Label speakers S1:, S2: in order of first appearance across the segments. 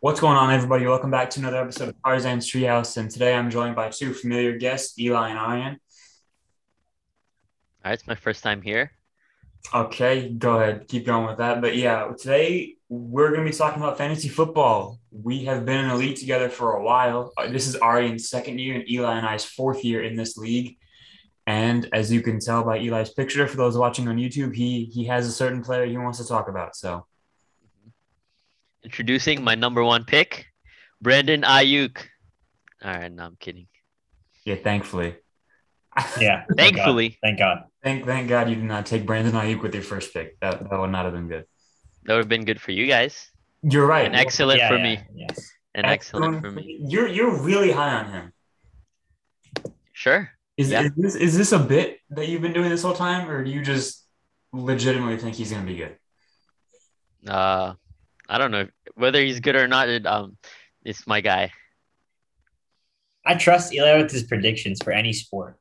S1: What's going on, everybody? Welcome back to another episode of Tarzan's Treehouse. And today I'm joined by two familiar guests, Eli and Aryan.
S2: All right, it's my first time here.
S1: Okay, go ahead. Keep going with that. But yeah, today we're going to be talking about fantasy football. We have been in a league together for a while. Uh, This is Aryan's second year and Eli and I's fourth year in this league. And as you can tell by Eli's picture, for those watching on YouTube, he he has a certain player he wants to talk about. So
S2: Introducing my number one pick, Brandon Ayuk. All right, no, I'm kidding.
S1: yeah, thankfully,
S3: Yeah. thank Oh God.
S2: Thankfully,
S3: Thank God.
S1: thank thank God you did not take Brandon Ayuk with your first pick. That that would not have been good.
S2: that would have been good for you guys.
S1: You're right.
S2: And excellent
S3: Yeah,
S2: for
S3: yeah,
S2: me.
S3: Yes.
S2: And excellent for me.
S1: You're you're really high on him.
S2: Sure.
S1: Is,
S2: Yeah.
S1: is this is this a bit that you've been doing this whole time, or do you just legitimately think he's gonna be good?
S2: Uh, I don't know if, whether he's good or not. It, um, it's my guy.
S3: I trust Eli with his predictions for any sport.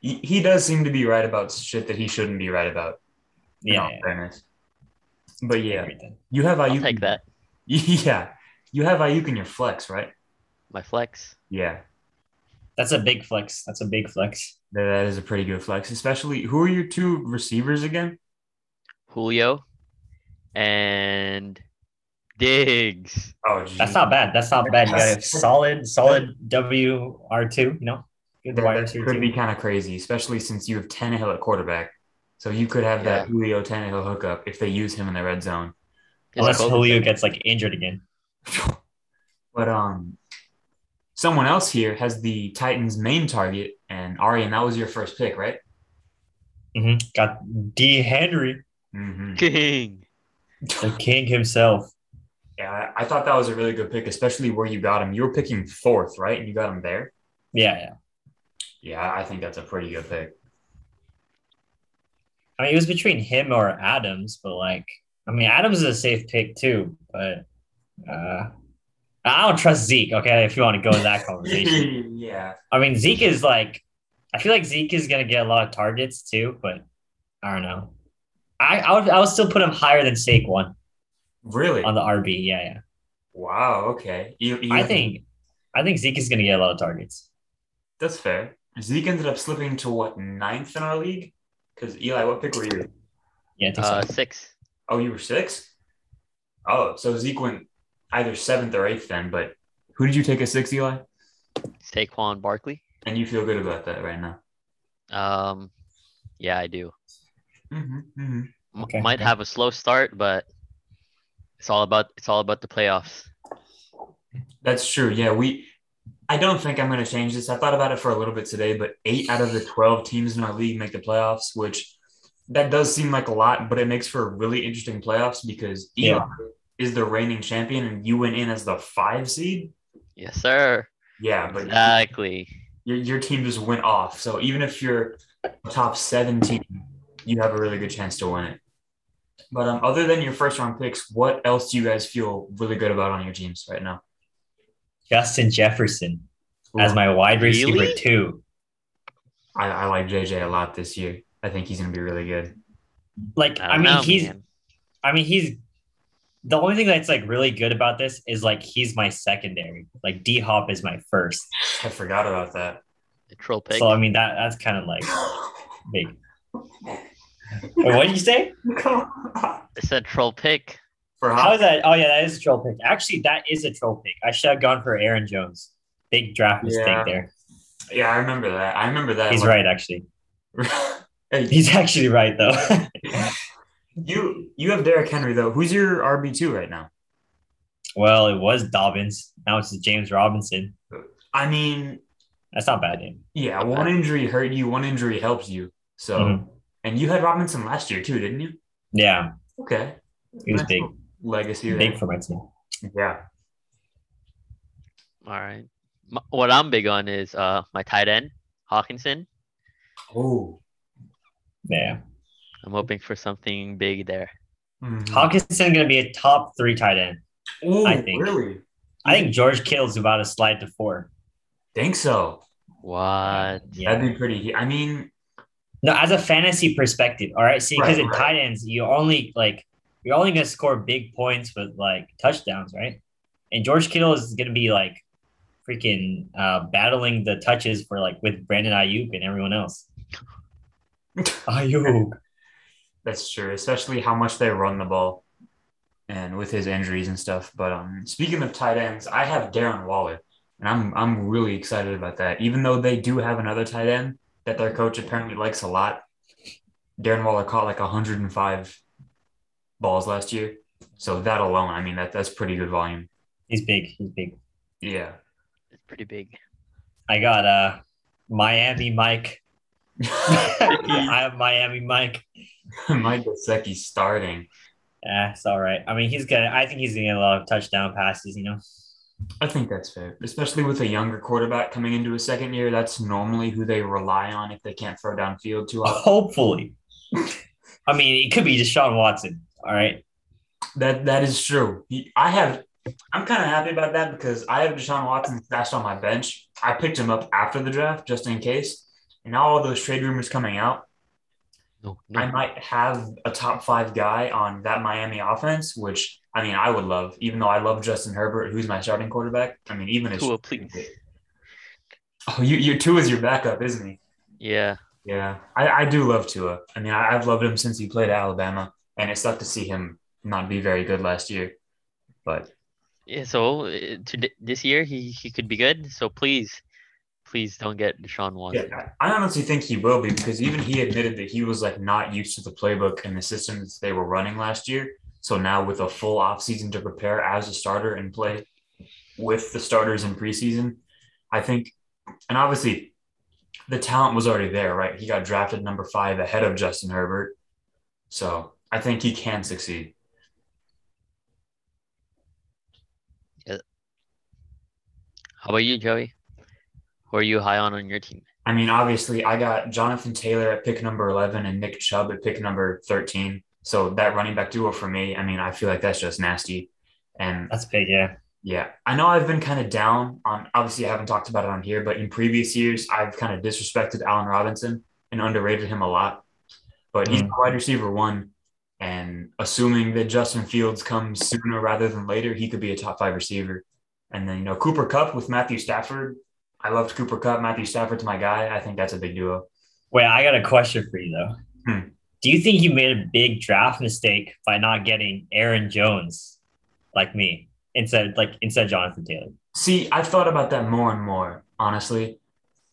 S1: He, he does seem to be right about shit that he shouldn't be right about. in
S3: Yeah.
S1: all fairness. But yeah,
S3: Everything.
S1: you have
S2: I'll
S1: Ayuk.
S2: take that.
S1: Yeah, you have Ayuk in your flex, right?
S2: My flex.
S1: Yeah,
S3: That's a big flex. That's a big flex.
S1: that- that is a pretty good flex. Especially, who are your two receivers again?
S2: Julio and Diggs.
S1: Oh, geez.
S3: That's not bad. That's not bad. You got a
S1: That's-
S3: solid, solid WR2, you know? Good
S1: that, that
S3: WR2.
S1: could be kind of crazy, especially since you have Tannehill at quarterback. So you could have that Julio Tannehill hookup if they use him in the red zone.
S2: It's
S3: Unless
S2: both-
S3: Julio gets like injured again.
S1: But um, someone else here has the Titans' main target, and Arian, that was your first pick, right?
S3: hmm Got D. Henry,
S1: Mm-hmm.
S2: King.
S3: the king himself.
S1: Yeah, I- I thought that was a really good pick, especially where you got him. You were picking fourth, right? And you got him there.
S3: Yeah, yeah.
S1: Yeah, I think that's a pretty good pick.
S3: I mean, it was between him or Adams, but like, I mean, Adams is a safe pick too, but uh, I don't trust Zeke. Okay, if you want to go in that conversation,
S1: yeah,
S3: I mean, Zeke is like, I feel like Zeke is gonna get a lot of targets too, but I don't know. I I would, I would still put him higher than Saquon
S1: really?
S3: on the RB. Yeah, yeah.
S1: Wow. Okay. You, you-
S3: I think I think Zeke is gonna get a lot of targets.
S1: that's fair. Zeke ended up slipping to what ninth in our league? Because Eli, what pick were you?
S3: Yeah, I think
S2: Uh,
S3: so.
S2: six.
S1: Oh, you were sixth. Oh, so Zeke went either seventh or eighth then. But who did you take at six, Eli?
S2: Saquon Barkley.
S1: And you feel good about that right now?
S2: Um, yeah, I do.
S1: Mm-hmm, mm-hmm.
S2: M-
S3: Okay,
S2: might
S3: okay.
S2: have a slow start, but it's all about it's all about the playoffs.
S1: That's true. Yeah, we. I don't think I'm going to change this. I thought about it for a little bit today, but eight out of the 12 teams in our league make the playoffs, which that does seem like a lot, but it makes for a really interesting playoffs because Eli
S3: Yeah.
S1: is the reigning champion and you went in as the five seed.
S2: Yes, sir.
S1: Yeah, but
S3: Uh,
S2: Exactly.
S1: your, your team just went off. So even if you're a top seven team, you have a really good chance to win it. But um, other than your first round picks, what else do you guys feel really good about on your teams right now?
S3: Justin Jefferson as my wide receiver
S2: Really?
S3: too.
S1: I, I like JJ a lot this year. I think he's going to be really good.
S3: Like,
S2: I,
S3: I, mean, he's I mean, he's the only thing that's like really good about this is like he's my secondary. Like D Hop is my first.
S1: I forgot about that.
S2: a troll pick.
S3: So I mean that that's kind of like big. Wait, what did you say?
S2: It's a troll pick.
S1: For
S3: How
S1: Hop-
S3: is that? Oh yeah, that is a troll pick. Actually, that is a troll pick. I should have gone for Aaron Jones. Big draft mistake
S1: Yeah.
S3: there.
S1: yeah, I remember that. I remember that.
S3: He's right, actually.
S1: right. hey,
S3: He's actually right though.
S1: you you have Derrick Henry though. Who's your RB two right now?
S3: well, it was Dobbins. Now it's James Robinson.
S1: I mean,
S3: That's not bad. Name.
S1: yeah, one injury hurt you, one injury helps you. So,
S3: Mhm.
S1: and you had Robinson last year too, didn't you?
S3: Yeah,
S1: Okay,
S3: he was
S1: Nice
S3: big,
S1: little legacy. there.
S3: big for my team.
S1: Yeah,
S2: All right. M what I'm big on is uh my tight end Hawkinson.
S1: oh,
S3: Yeah.
S2: I'm hoping for something big there.
S1: Mhm.
S3: Hawkinson gonna be a top three tight end.
S1: Ooh,
S3: I think.
S1: really
S3: I think George Kittle's about to slide to four.
S1: think so.
S2: What?
S3: Yeah.
S1: That'd be pretty. I mean,
S3: No, as a fantasy perspective, all right. See, because
S1: Right,
S3: in
S1: right.
S3: tight ends, you only like you're only gonna score big points with like touchdowns, right? And George Kittle is gonna be like freaking uh, battling the touches for like with Brandon Ayuk and everyone else. Ayuk.
S1: That's true, especially how much they run the ball and with his injuries and stuff. But um, speaking of tight ends, I have Darren Waller, and I'm I'm really excited about that. Even though they do have another tight end that their coach apparently likes a lot, Darren Waller caught like 105 balls last year. So that alone, I mean that that's pretty good volume.
S3: He's big. He's big.
S1: Yeah.
S2: It's pretty big.
S3: I got uh Miami Mike. I have Miami Mike.
S1: Mike Gesicki starting.
S3: Yeah, Eh, it's all right. I mean, he's gonna. I think he's gonna get a lot of touchdown passes. You know,
S1: I think that's fair, especially with a younger quarterback coming into his second year. That's normally who they rely on if they can't throw downfield too often.
S3: hopefully. I mean, it could be Deshaun Watson. All right,
S1: That that is true. He- I have. I'm kind of happy about that because I have Deshaun Watson stashed on my bench. I picked him up after the draft just in case. And now all those trade rumors coming out,
S2: No,
S1: I
S2: no.
S1: might have a top five guy on that Miami offense, which I mean I would love, even though I love Justin Herbert, who's my starting quarterback. I mean, even if
S2: Tua, please.
S1: oh, you you two is your backup, isn't he?
S2: Yeah.
S1: Yeah, I, I do love Tua. I mean, I, I've loved him since he played at Alabama, and it sucked to see him not be very good last year. But
S2: Yeah. So uh, to this year, he he could be good. So please, please don't get Deshaun Watson.
S1: yeah, I honestly think he will be because even he admitted that he was like not used to the playbook and the systems they were running last year. So now with a full offseason to prepare as a starter and play with the starters in preseason, I think and obviously the talent was already there, right? He got drafted number five ahead of Justin Herbert. So I think he can succeed.
S2: How about you, Joey? Who are you high on on your team?
S1: I mean, obviously, I got Jonathan Taylor at pick number 11 and Nick Chubb at pick number 13. So that running back duo for me, I mean, I feel like that's just nasty. And
S3: that's big. Yeah,
S1: yeah, I know I've been kind of down on, obviously, I haven't talked about it on here, but in previous years, I've kind of disrespected Allen Robinson and underrated him a lot. But he's
S3: Mm.
S1: wide receiver one. And assuming that Justin Fields comes sooner rather than later, he could be a top five receiver. And then, you know, Cooper Cup with Matthew Stafford. I loved Cooper Cup. Matthew Stafford's my guy. I think that's a big duo.
S3: Wait, I got a question for you though.
S1: Hmm.
S3: Do you think you made a big draft mistake by not getting Aaron Jones, like me, instead like instead Jonathan Taylor?
S1: See, I've thought about that more and more, honestly.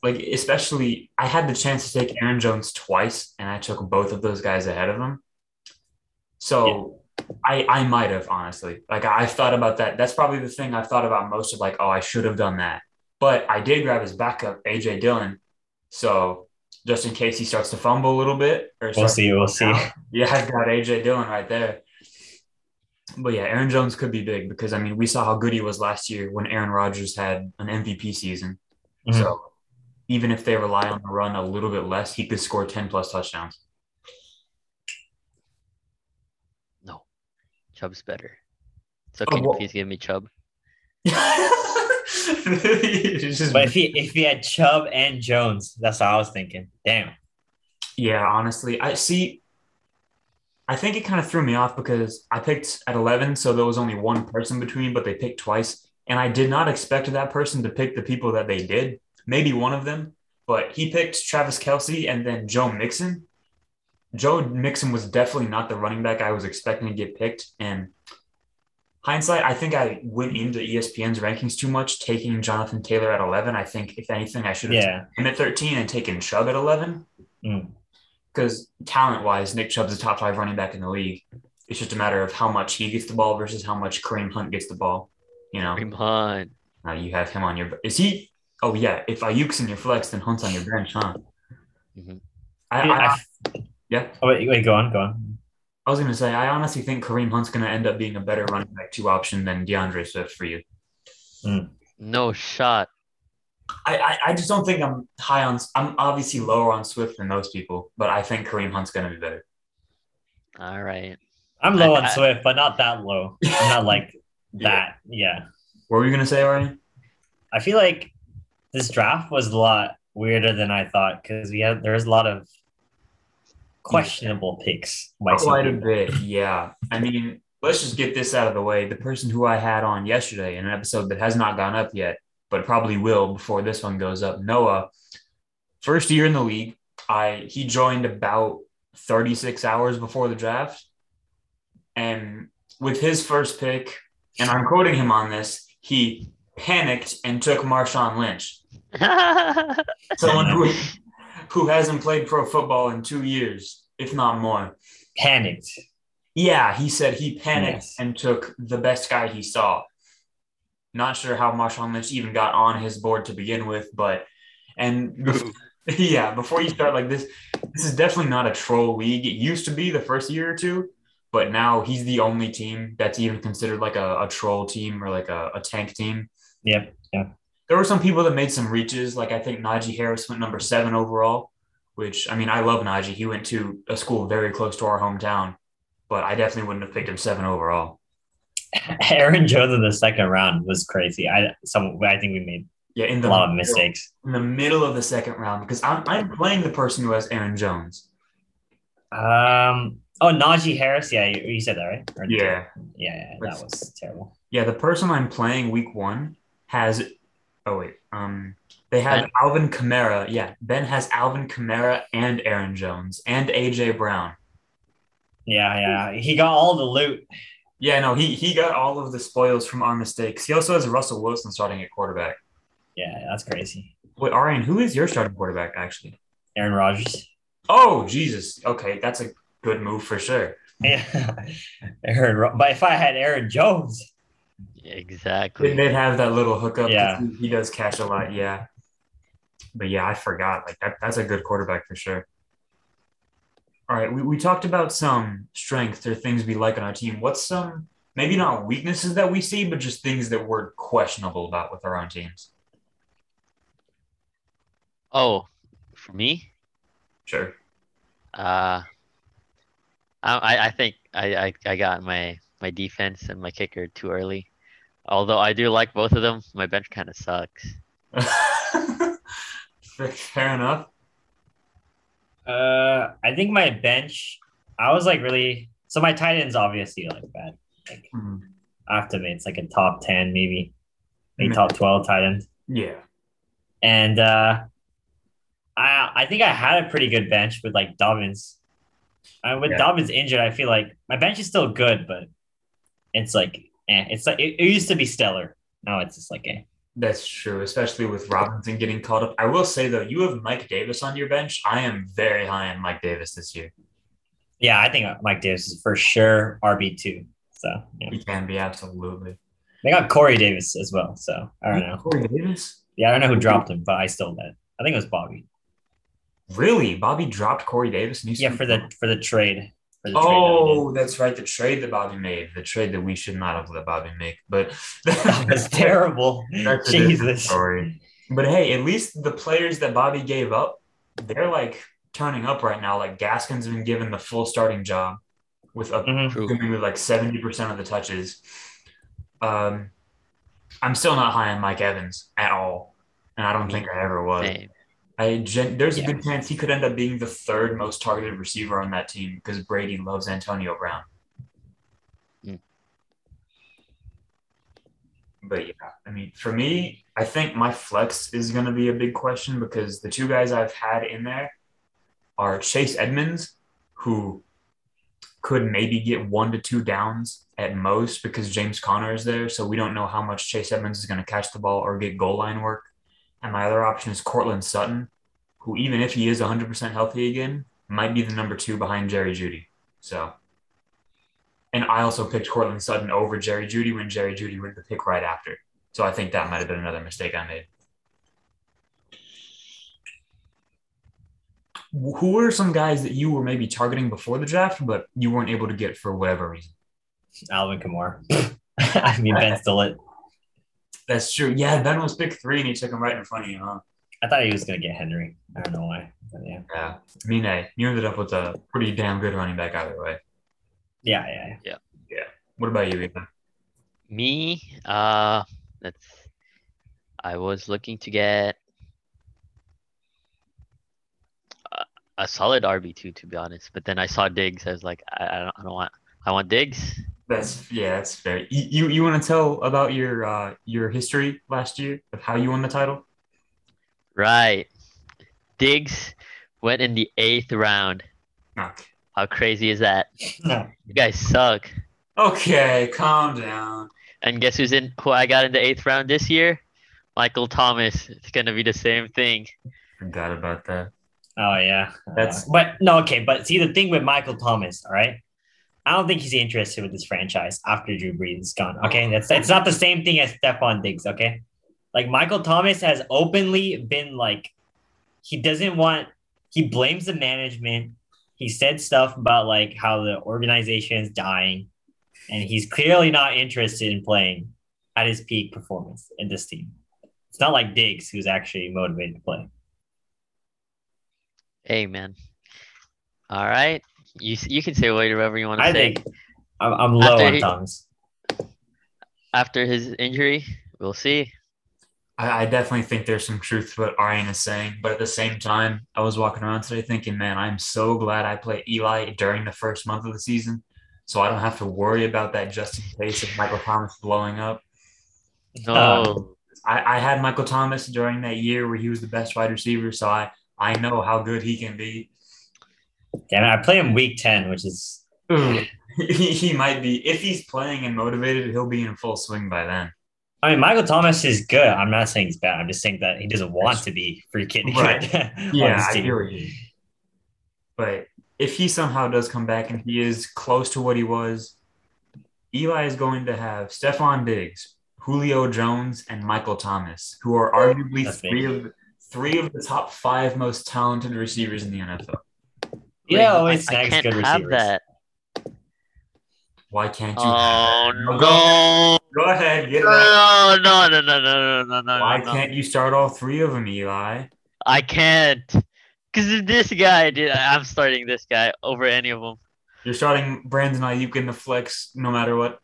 S1: Like, especially, I had the chance to take Aaron Jones twice, and I took both of those guys ahead of him. So I, I might have, honestly. Like, I- I've thought about that. That's probably the thing I've thought about most of, like, oh, I should have done that. But I did grab his backup, AJ Dillon. So just in case he starts to fumble a little bit or
S3: We'll
S1: starts
S3: see. We'll see.
S1: yeah, I've got AJ Dillon right there. But yeah, Aaron Jones could be big because I mean we saw how good he was last year when Aaron Rodgers had an MVP season.
S3: Mhm.
S1: So even if they rely on the run a little bit less, he could score 10 plus touchdowns.
S2: Chubb's better. So
S1: Oh,
S2: can you
S1: well-
S2: please give me Chubb?
S1: It's just-
S3: But if he if he had Chubb and Jones, that's what I was thinking. Damn.
S1: yeah, honestly, I see. I think it kind of threw me off because I picked at 11, so there was only one person between, but they picked twice. And I did not expect that person to pick the people that they did, maybe one of them, but he picked Travis Kelsey and then Joe Mixon. Joe Mixon was definitely not the running back I was expecting to get picked. And hindsight, I think I went into E ESPN's rankings too much, taking Jonathan Taylor at 11. I think, if anything, I should have
S3: Yeah.
S1: taken him at 13 and taken Chubb at 11
S3: Mm.
S1: because talent wise, Nick Chubb's a top five running back in the league. It's just a matter of how much he gets the ball versus how much Kareem Hunt gets the ball. You know,
S2: Kareem Hunt.
S1: now you have him on your. Is he? Oh yeah. If Ayuk's in your flex, then Hunt's on your bench, huh?
S2: Mhm.
S1: I, I,
S3: I-
S1: yeah.
S3: oh, wait, wait, go on, go on.
S1: I was gonna say I honestly think Kareem Hunt's gonna end up being a better running back two option than DeAndre Swift for you.
S2: No shot.
S1: I, I, I just don't think I'm high on. I'm obviously lower on Swift than most people, but I think Kareem Hunt's gonna be better.
S2: All right.
S3: I'm low
S2: I-
S3: on
S2: I-
S3: Swift, but not that low. I'm not like that. Yeah.
S1: What were you gonna say, Arnie?
S3: I feel like this draft was a lot weirder than I thought because we had there was a lot of questionable picks. by some
S1: Quite a
S3: people.
S1: bit, yeah. I mean, let's just get this out of the way. The person who I had on yesterday in an episode that has not gone up yet, but probably will before this one goes up, Noah, first year in the league, I he joined about 36 hours before the draft. And with his first pick, and I'm quoting him on this, he panicked and took Marshawn Lynch, someone who who hasn't played pro football in two years, if not more.
S3: Panicked.
S1: Yeah, he said he panicked
S3: Yes.
S1: and took the best guy he saw. Not sure how Marshawn Lynch even got on his board to begin with, but and yeah, before you start like this, this is definitely not a troll league. It used to be the first year or two, but now he's the only team that's even considered like a, a troll team or like a, a tank team.
S3: Yep.
S1: There were some people that made some reaches, like I think Najee Harris went number seven overall, which I mean I love Najee. He went to a school very close to our hometown, but I definitely wouldn't have picked him seven overall.
S3: Aaron Jones in the second round was crazy. I some I think we made
S1: Yeah, in
S3: a
S1: the
S3: lot of mistakes.
S1: in the middle of the second round because I'm, I'm playing the person who has Aaron Jones.
S3: Um. Oh, Najee Harris. Yeah, you, you said that right? Or-
S1: Yeah,
S3: Yeah, yeah, that was terrible.
S1: yeah. The person I'm playing week one has. Oh wait, um, they have
S2: Ben.
S1: Alvin Kamara. Yeah, Ben has Alvin Kamara and Aaron Jones and AJ Brown.
S3: Yeah, yeah. He got all the loot.
S1: Yeah, no, he he got all of the spoils from our mistakes. He also has Russell Wilson starting at quarterback.
S3: Yeah, that's crazy.
S1: Wait, Arian, who is your starting quarterback actually?
S3: Aaron Rodgers.
S1: Oh Jesus, okay, that's a good move for sure.
S3: Yeah, Aaron. Ro- But if I had Aaron Jones,
S2: exactly.
S1: They- They'd have that little hookup.
S3: Yeah.
S1: He, he does catch a lot. Yeah. But yeah, I forgot. Like that, that's a good quarterback for sure. All right. We, we talked about some strengths or things we like on our team. What's some, maybe not weaknesses that we see, but just things that we're questionable about with our own teams?
S2: Oh, for me,
S1: Sure.
S2: uh, I I I think I, I I got my my defense and my kicker too early. Although I do like both of them, my bench kind of sucks.
S1: Fair- Fair enough.
S3: uh, I think my bench. I was like really. So my tight ends obviously like bad. Like
S1: Hmm.
S3: I have to admit, it's like a top ten, maybe, maybe
S1: Mhm.
S3: top twelve tight end.
S1: Yeah.
S3: And uh, I I think I had a pretty good bench with like Dobbins. Uh, with
S1: Yeah.
S3: Dobbins injured, I feel like my bench is still good, but it's like eh, it's like it, it used to be stellar. Now it's just like eh.
S1: That's true, especially with Robinson getting called up. I will say though, you have Mike Davis on your bench. I am very high on Mike Davis this year.
S3: yeah. I think Mike Davis is for sure RB two. So yeah.
S1: He can be absolutely.
S3: they got Corey Davis as well. So I
S1: Mm-hmm.
S3: don't know.
S1: Corey Davis?
S3: Yeah, I don't know who dropped him, but I still bet. I think it was Bobby.
S1: Really? Bobby dropped Corey Davis? And he's
S3: Yeah, for the for the trade. For the trade
S1: Oh, that's right. The trade that Bobby made. The trade that we should not have let Bobby make. But
S3: that, we did. that was terrible.
S1: That's a different
S3: Jesus.
S1: story. But hey, at least the players that Bobby gave up, they're like turning up right now. Like Gaskin's been given the full starting job with a
S3: Mhm.
S2: True.
S1: assuming with like 70% of the touches. Um, I'm still not high on Mike Evans at all. And I don't think I ever was.
S2: Same.
S1: I gen- there's a
S3: Yeah.
S1: good chance he could end up being the third most targeted receiver on that team because Brady loves Antonio Brown.
S2: Hmm.
S1: But yeah, I mean, for me, I think my flex is going to be a big question because the two guys I've had in there are Chase Edmonds, who could maybe get one to two downs at most because James Conner is there. So we don't know how much Chase Edmonds is going to catch the ball or get goal line work. And my other option is Cortland Sutton, who, even if he is 100% healthy again, might be the number two behind Jerry Judy. So, and I also picked Cortland Sutton over Jerry Judy when Jerry Judy went the pick right after. So I think that might have been another mistake I made. Who were some guys that you were maybe targeting before the draft, but you weren't able to get for whatever reason?
S3: Alvin Kamara. I mean Ben Stillett.
S1: That's true. Yeah, Ben was pick three and he took him right in front of you, huh?
S3: I thought he was gonna get Henry. I don't know why. But yeah.
S1: Yeah. I mean, hey, eh? you ended up with a pretty damn good running back either way.
S3: Yeah, yeah, yeah.
S1: What about you, Ethan?
S2: Me, uh, that's. I was looking to get. Uh, a solid RB two to be honest. But then I saw Diggs. I was like, I, I don't, I don't want. I want Diggs.
S1: That's yeah, that's fair. You you, you want to tell about your uh, your history last year of how you won the title?
S2: Right. Diggs went in the eighth round.
S1: No.
S2: How crazy is that?
S3: No.
S2: You guys suck.
S1: Okay, calm down.
S2: And guess who's in? Who I got in the eighth round this year? Michael Thomas. It's gonna be the same thing.
S1: Forgot about that.
S3: Oh yeah.
S1: That's-
S3: Uh, but no, okay, but see the thing with Michael Thomas, all right? I don't think he's interested with this franchise after Drew Brees is gone. Okay. That's it's not the same thing as Stephon Diggs, okay? Like Michael Thomas has openly been like he doesn't want he blames the management. He said stuff about like how the organization is dying, and he's clearly not interested in playing at his peak performance in this team. It's not like Diggs, who's actually motivated to play.
S2: Hey man. All right. You s- you can say whatever you want to
S3: I
S2: say.
S3: think I'm, I'm low
S2: After
S3: on
S2: he-
S3: Thomas.
S2: After his injury, we'll see.
S1: I, I definitely think there's some truth to what Arian is saying, but at the same time, I was walking around today thinking, man, I'm so glad I play Eli during the first month of the season, so I don't have to worry about that just in case of Michael Thomas blowing up.
S2: No.
S1: I, I had Michael Thomas during that year where he was the best wide receiver, so I I know how good he can be.
S3: Damn it, I play him week ten, which is
S1: Hmm. he, he might be if he's playing and motivated, he'll be in full swing by then.
S3: I mean Michael Thomas is good. I'm not saying he's bad. I'm just saying that he doesn't want to be freaking good.
S1: Right.
S3: on
S1: Yeah,
S3: this
S1: I
S3: team.
S1: hear you. But if he somehow does come back and he is close to what he was, Eli is going to have Stephon Diggs, Julio Jones, and Michael Thomas, who are arguably
S3: That's
S1: three of three of the top five most talented receivers in the NFL.
S3: Yeah,
S2: Like,
S3: always
S2: I, I
S3: snags
S2: can't
S3: good
S2: have
S3: receivers.
S2: that.
S1: Why can't you?
S2: Oh
S1: Go-
S2: no!
S1: Go ahead, get it out.
S2: No, no, no, no, no, no, no, no,
S1: Why
S2: no.
S1: can't you start all three of them, Eli?
S2: I can't. Because this guy, dude, I- I'm starting this guy over any of them.
S1: You're starting Brandon Ayuk in the flex, no matter what.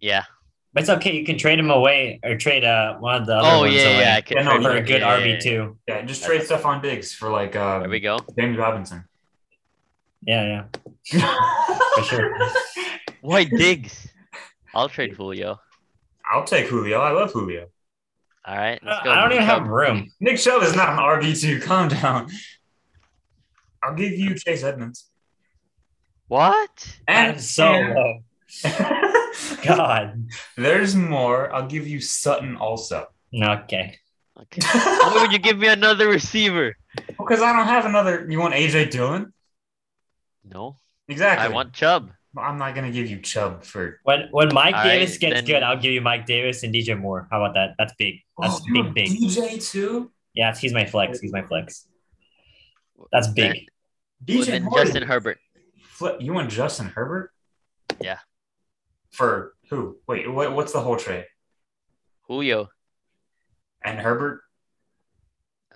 S2: Yeah.
S3: But it's okay. You can trade him away or trade uh one of the other
S2: Oh,
S3: ones
S2: yeah,
S3: away
S2: yeah. I can
S1: Yeah, no,
S2: trade
S3: for
S2: him.
S3: a good
S2: Yeah, yeah,
S3: RB
S2: yeah.
S3: two.
S1: Yeah, just trade Stephon Diggs for like
S2: There
S1: um,
S2: we go.
S1: James Robinson.
S3: Yeah, yeah.
S1: for
S3: sure.
S2: Why Diggs? I'll trade Julio.
S1: I'll take Julio. I love Julio.
S2: All right.
S3: I
S2: Let's go.
S3: Uh, I don't
S2: Nick
S3: even have
S2: Chubb.
S3: room.
S1: Nick Chubb is not an RB two. Calm down. I'll give you Chase Edmonds.
S2: What?
S3: I'm so low. God.
S1: there's more. I'll give you Sutton also.
S3: Okay.
S2: Okay. Why
S1: Because
S2: would you give me another receiver?
S1: I don't have another. You want AJ Dillon?
S2: No.
S1: Exactly.
S2: I want Chubb.
S1: I'm not gonna give you Chubb for.
S3: When when Mike
S2: All right,
S3: Davis gets
S2: then-
S3: good, I'll give you Mike Davis and DJ Moore. How about that? That's big.
S1: Oh,
S3: That's big, big.
S1: DJ too.
S3: Yeah, he's my flex. He's my flex. That's big.
S2: Then- well,
S1: DJ
S2: then
S1: Moore.
S2: Justin Herbert.
S1: Fli- You want Justin Herbert?
S2: Yeah.
S1: For who? Wait, what, what's the whole trade?
S2: Julio.
S1: And Herbert,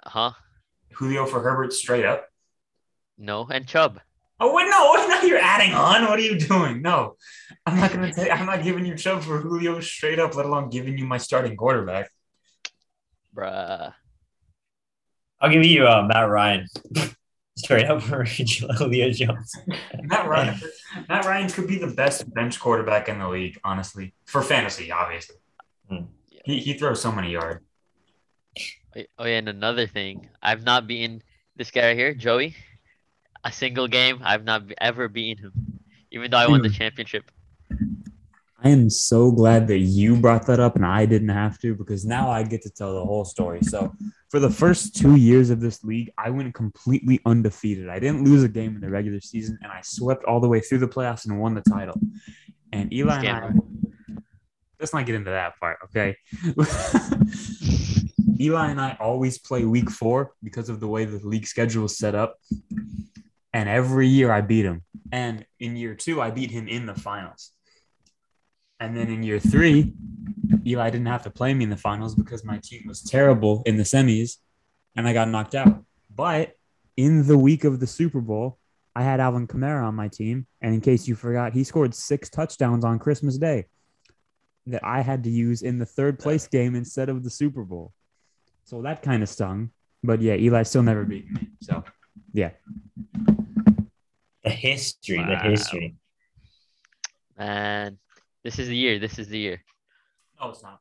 S2: Huh?
S1: Julio for Herbert, straight up.
S2: No. And Chubb.
S1: Oh wait, no, what, no, you're adding on. What are you doing? No, I'm not gonna take. I'm not giving you Chubb for Julio straight up, let alone giving you my starting quarterback.
S2: Bruh.
S3: I'll give you uh, Matt Ryan. Straight up for Julio Jones.
S1: Matt Ryan. Matt Ryan could be the best bench quarterback in the league, honestly, for fantasy, obviously.
S3: Hmm.
S1: He, he throws so many yards.
S2: Oh, Oh yeah, and another thing, I've not beaten this guy right here, Joey. A single game, I've not be- ever beaten him, even though I
S1: Hmm.
S2: won the championship.
S1: I am so glad that you brought that up and I didn't have to because now I get to tell the whole story. So, for the first two years of this league, I went completely undefeated. I didn't lose a game in the regular season and I swept all the way through the playoffs and won the title. And Eli and I, let's not get into that part, okay? Eli and I always play week four because of the way the league schedule is set up. And every year I beat him. And in year two, I beat him in the finals. And then in year three, Eli didn't have to play me in the finals because my team was terrible in the semis and I got knocked out. But in the week of the Super Bowl, I had Alvin Kamara on my team. And in case you forgot, he scored six touchdowns on Christmas Day that I had to use in the third place game instead of the Super Bowl. So that kind of stung. But yeah, Eli still never beat me. So
S3: The history,
S2: Wow.
S3: the history.
S2: Man, this is the year. This is the year.
S1: No, it's not.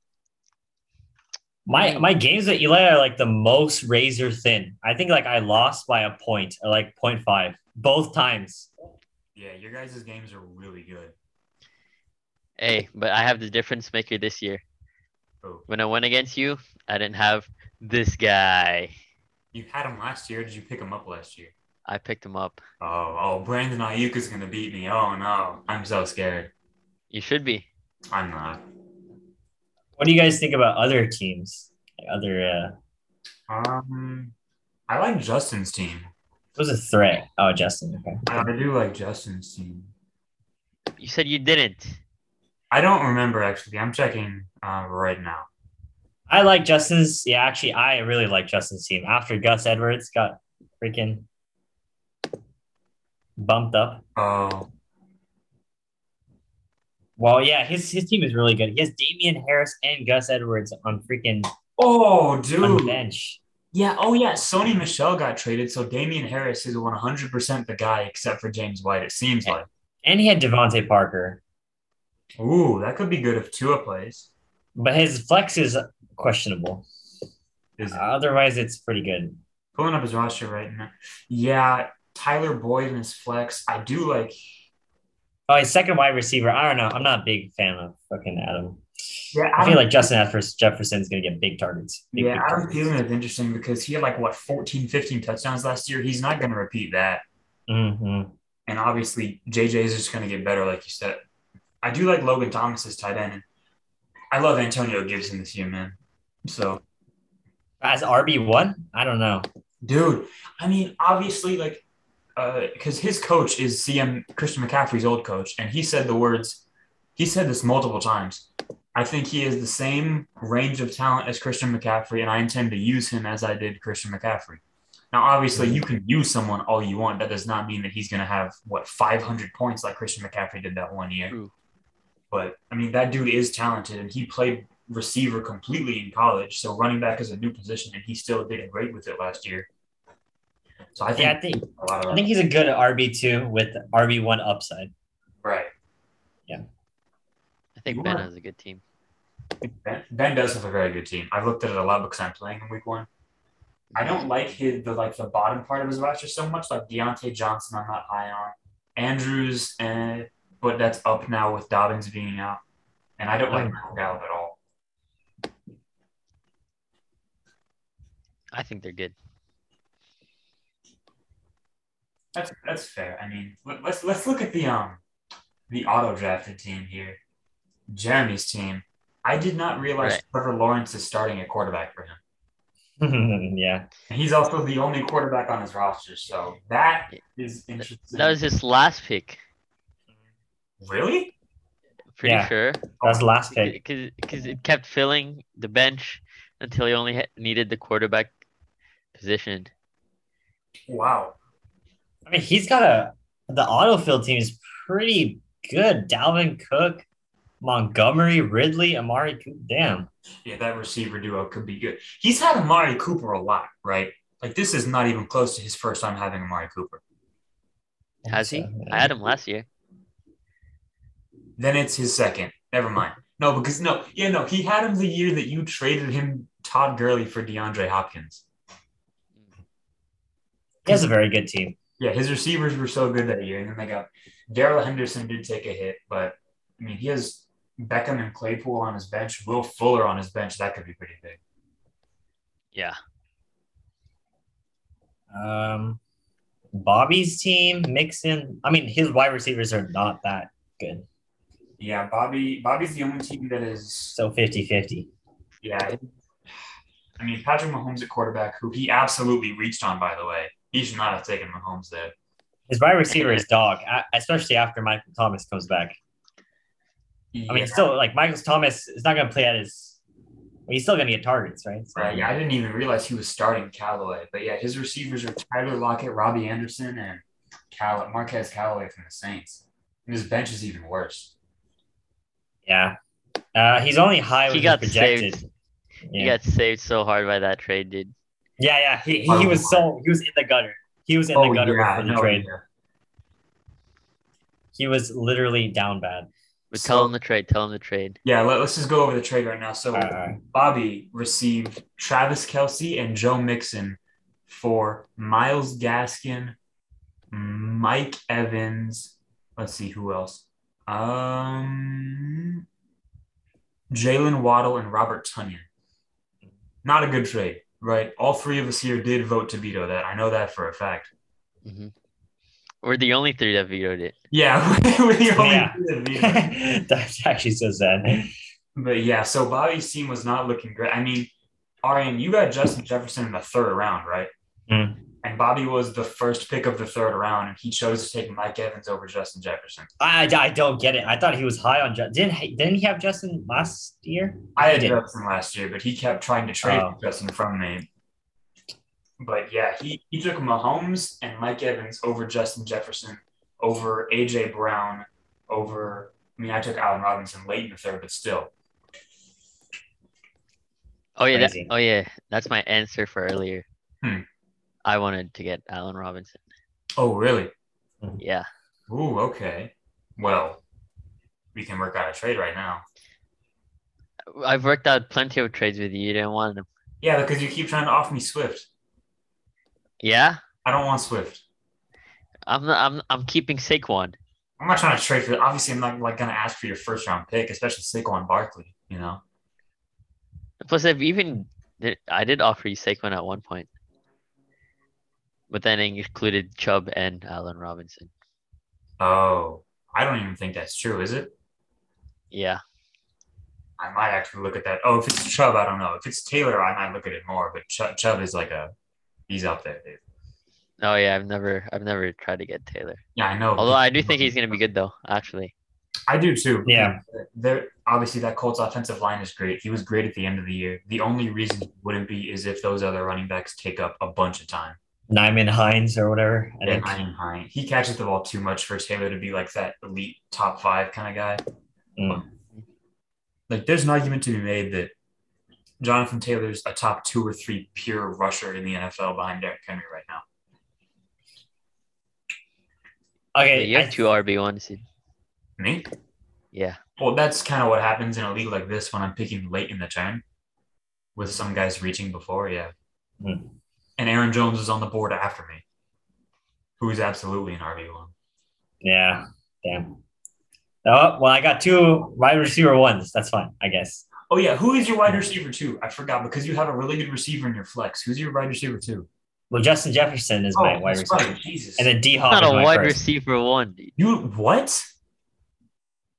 S3: My my games with Eli are like the most razor thin. I think like I lost by a point or like 0.5 both times.
S1: Yeah, your guys' games are really good.
S2: Hey, but I have the difference maker this year.
S1: Oh,
S2: When I went against you, I didn't have this guy.
S1: you had him last year. Did you pick him up last year?
S2: I picked him up.
S1: Oh, oh, Brandon Ayuk is gonna beat me. Oh no, I'm so scared.
S2: You should be.
S1: I'm not.
S3: What do you guys think about other teams? Like other uh
S1: Um, I like Justin's team.
S3: it was a threat. Oh Justin, okay.
S1: I do like Justin's team.
S2: You said you didn't.
S1: I don't remember actually. I'm checking uh, right now.
S3: I like Justin's yeah, actually I really like Justin's team. After Gus Edwards got freaking bumped up.
S1: Oh,
S3: Well, yeah, his his team is really good. He has Damian Harris and Gus Edwards on freaking
S1: oh,
S3: on the
S1: dude.
S3: bench.
S1: Yeah. Oh, yeah. Sony Michelle got traded, so Damian Harris is 100% the guy, except for James White. It seems like.
S3: And he had Devontae Parker.
S1: Ooh, that could be good if Tua plays.
S3: But his flex is questionable.
S1: Is it?
S3: Otherwise, it's pretty good.
S1: Pulling up his roster right now. Yeah, Tyler Boyd and his flex. I do like.
S3: Oh, his second wide receiver. I don't know. I'm not a big fan of fucking Adam.
S1: Yeah,
S3: I feel like Justin Jeffers- Jefferson's going to get big targets. Big,
S1: Yeah,
S3: big
S1: Adam
S3: targets.
S1: Thielen is interesting because he had like what 14, 15 touchdowns last year. He's not going to repeat that.
S3: Mhm.
S1: And obviously, JJ is just going to get better, like you said. I do like Logan Thomas's tight end. I love Antonio Gibson this year, man. So,
S3: As RB1? I don't know.
S1: dude, I mean, obviously, like, because Uh, his coach is CM Christian McCaffrey's old coach, and he said the words, he said this multiple times. I think he is the same range of talent as Christian McCaffrey, and I intend to use him as I did Christian McCaffrey. Now, obviously, you can use someone all you want. That does not mean that he's going to have what 500 points like Christian McCaffrey did that one year.
S2: True.
S1: But I mean, that dude is talented, and he played receiver completely in college. So running back is a new position, and he still did great with it last year. So I think
S3: Yeah, I think
S1: a lot
S3: I
S1: of
S3: think he's a good RB2 with RB1 upside.
S1: right.
S2: I think
S1: You
S2: Ben
S1: are.
S2: has a good team.
S1: Ben, ben does have a very good team. I've looked at it a lot because I'm playing in week one. I
S2: Mm-hmm.
S1: don't like his the like the bottom part of his roster so much. Like Deontay Johnson, I'm not high on. Andrews, eh, but that's up now with Dobbins being out, and I don't like
S2: Mm-hmm.
S1: Michael Gallup at all.
S2: I think they're good.
S1: That's that's fair. I mean, let, let's let's look at the um the auto drafted team here. Jeremy's team. I did not realize
S2: Right.
S1: Trevor Lawrence is starting at quarterback for him.
S3: yeah.
S1: And He's also the only quarterback on his roster, so that is interesting.
S2: That was his last pick.
S1: really?
S2: Pretty
S3: Yeah.
S2: sure.
S3: That's the last pick.
S2: Because it kept filling the bench until he only ha- needed the quarterback position.
S1: Wow.
S3: I mean, he's got a the autofill team is pretty good. Dalvin Cook, Montgomery, Ridley, Amari Cooper. Damn.
S1: Yeah, that receiver duo could be good. He's had Amari Cooper a lot, right? Like this is not even close to his first time having Amari Cooper.
S2: Has he?
S3: So,
S2: I had him last year.
S1: Then it's his second. Never mind. No, because no, yeah, no, he had him the year that you traded him Todd Gurley for DeAndre Hopkins.
S3: He has a very good team.
S1: Yeah, his receivers were so good that year, and then they got Daryl Henderson did take a hit, but I mean he has Beckham and Claypool on his bench, Will Fuller on his bench. That could be pretty big.
S2: Yeah.
S3: Um, Bobby's team, Mixon. I mean, his wide receivers are not that good.
S1: Yeah, Bobby. Bobby's the only team that is
S3: So 50 50.
S1: Yeah. I mean, Patrick Mahomes at quarterback, who he absolutely reached on, by the way. He should not have taken Mahomes there.
S3: His wide receiver is dog, a- especially after Michael Thomas comes back. I mean,
S1: Yeah,
S3: still, like, Michael Thomas is not going to play at his. Well, he's still going to get targets, right? So-
S1: right. Yeah, I didn't even realize he was starting Callaway. But yeah, his receivers are Tyler Lockett, Robbie Anderson, and Call- Marquez Callaway from the Saints. And his bench is even worse.
S3: Yeah. Uh, he's only high
S2: He
S3: when
S2: got
S3: projected.
S2: saved.
S3: Yeah.
S2: He got saved so hard by that trade, dude.
S3: yeah, yeah. He, he, he was so he was in the gutter. He was in
S1: Oh,
S3: the gutter
S1: yeah,
S3: for the
S1: no,
S3: trade.
S1: yeah.
S3: He was literally down bad.
S2: But tell
S1: So-
S2: him the trade. Tell him the trade.
S1: Yeah, let, us just go over the trade right now. So
S3: All right, all right.
S1: Bobby received Travis Kelsey and Joe Mixon for Miles Gaskin, Mike Evans. Let's see who else. Um, Jalen Waddle and Robert Tunyon. Not a good trade, right? All three of us here did vote to veto that. I know that for a fact.
S2: hmm We're the only three that vetoed it.
S1: Yeah, we're the only
S3: Yeah.
S1: three that vetoed it.
S3: That's actually so sad.
S1: But yeah, so Bobby's team was not looking great. I mean, Arian, you got Justin Jefferson in the third round, right?
S3: Mm.
S1: And Bobby was the first pick of the third round, and he chose to take Mike Evans over Justin Jefferson.
S3: I, I don't get it. I thought he was high on Justin. Didn't he- didn't he have Justin last year?
S1: I had
S3: He did.
S1: Jefferson last year, but he kept trying to trade
S3: Oh.
S1: Justin from me. But yeah, he, he took Mahomes and Mike Evans over Justin Jefferson, over AJ Brown, over I mean, I took Allen Robinson late in the third, but still.
S2: Oh yeah. that-
S3: Crazy.
S2: oh yeah. That's my answer for earlier.
S1: Hmm.
S2: I wanted to get Allen Robinson.
S1: Oh, really?
S2: Yeah.
S1: Ooh, okay. Well, we can work out a trade right now.
S2: I've worked out plenty of trades with you. You didn't want them.
S1: Yeah, because you keep trying to off me Swift.
S2: Yeah.
S1: I don't want Swift.
S2: I'm not, I'm I'm keeping Saquon.
S1: I'm not trying to trade for. Obviously, I'm not like going to ask for your first round pick, especially Saquon Barkley. You know,
S2: Plus, I've even did- I did offer you Saquon at one point, but then it included Chubb and Allen Robinson.
S1: Oh, I don't even think that's true, is it?
S2: Yeah,
S1: I might actually look at that. Oh, if it's Chubb, I don't know. If it's Taylor, I might look at it more. But Chubb, Chubb is like a, he's up there, dude.
S2: oh yeah, I've never I've never tried to get Taylor.
S1: Yeah, I know.
S2: Although I do think he's gonna be good though. Actually,
S1: I do too.
S3: Yeah.
S1: There, obviously, that Colts offensive line is great. He was great at the end of the year. The only reason he wouldn't be is if those other running backs take up a bunch of time.
S3: Nyman Hines or whatever. I
S1: And
S3: think.
S1: Ryan Hine, he catches the ball too much for Taylor to be like that elite top five kind of guy.
S3: Mm.
S1: like there's an argument to be made that Jonathan Taylor's a top two or three pure rusher in the NFL behind Derrick Henry right now.
S2: yeah,
S3: Okay.
S2: you
S3: I-
S2: have two RB ones.
S1: Me?
S2: Yeah,
S1: Well, that's kind of what happens in a league like this when I'm picking late in the turn with some guys reaching before, yeah.
S3: Hmm.
S1: And Aaron Jones is on the board after me, who is absolutely an RB1.
S3: Yeah. Damn. Oh, well, I got two wide receiver ones. That's fine, I guess.
S1: Oh, yeah. Who is your wide receiver two? I forgot because you have a really good receiver in your flex. Who's your wide receiver two?
S3: Well, Justin Jefferson is my
S1: oh,
S3: wide
S1: that's
S3: receiver.
S1: right. Jesus.
S3: And then D Hop
S2: not
S3: is
S2: a
S3: Oh, my
S2: wide
S3: first.
S2: receiver one. Dude.
S1: you, what?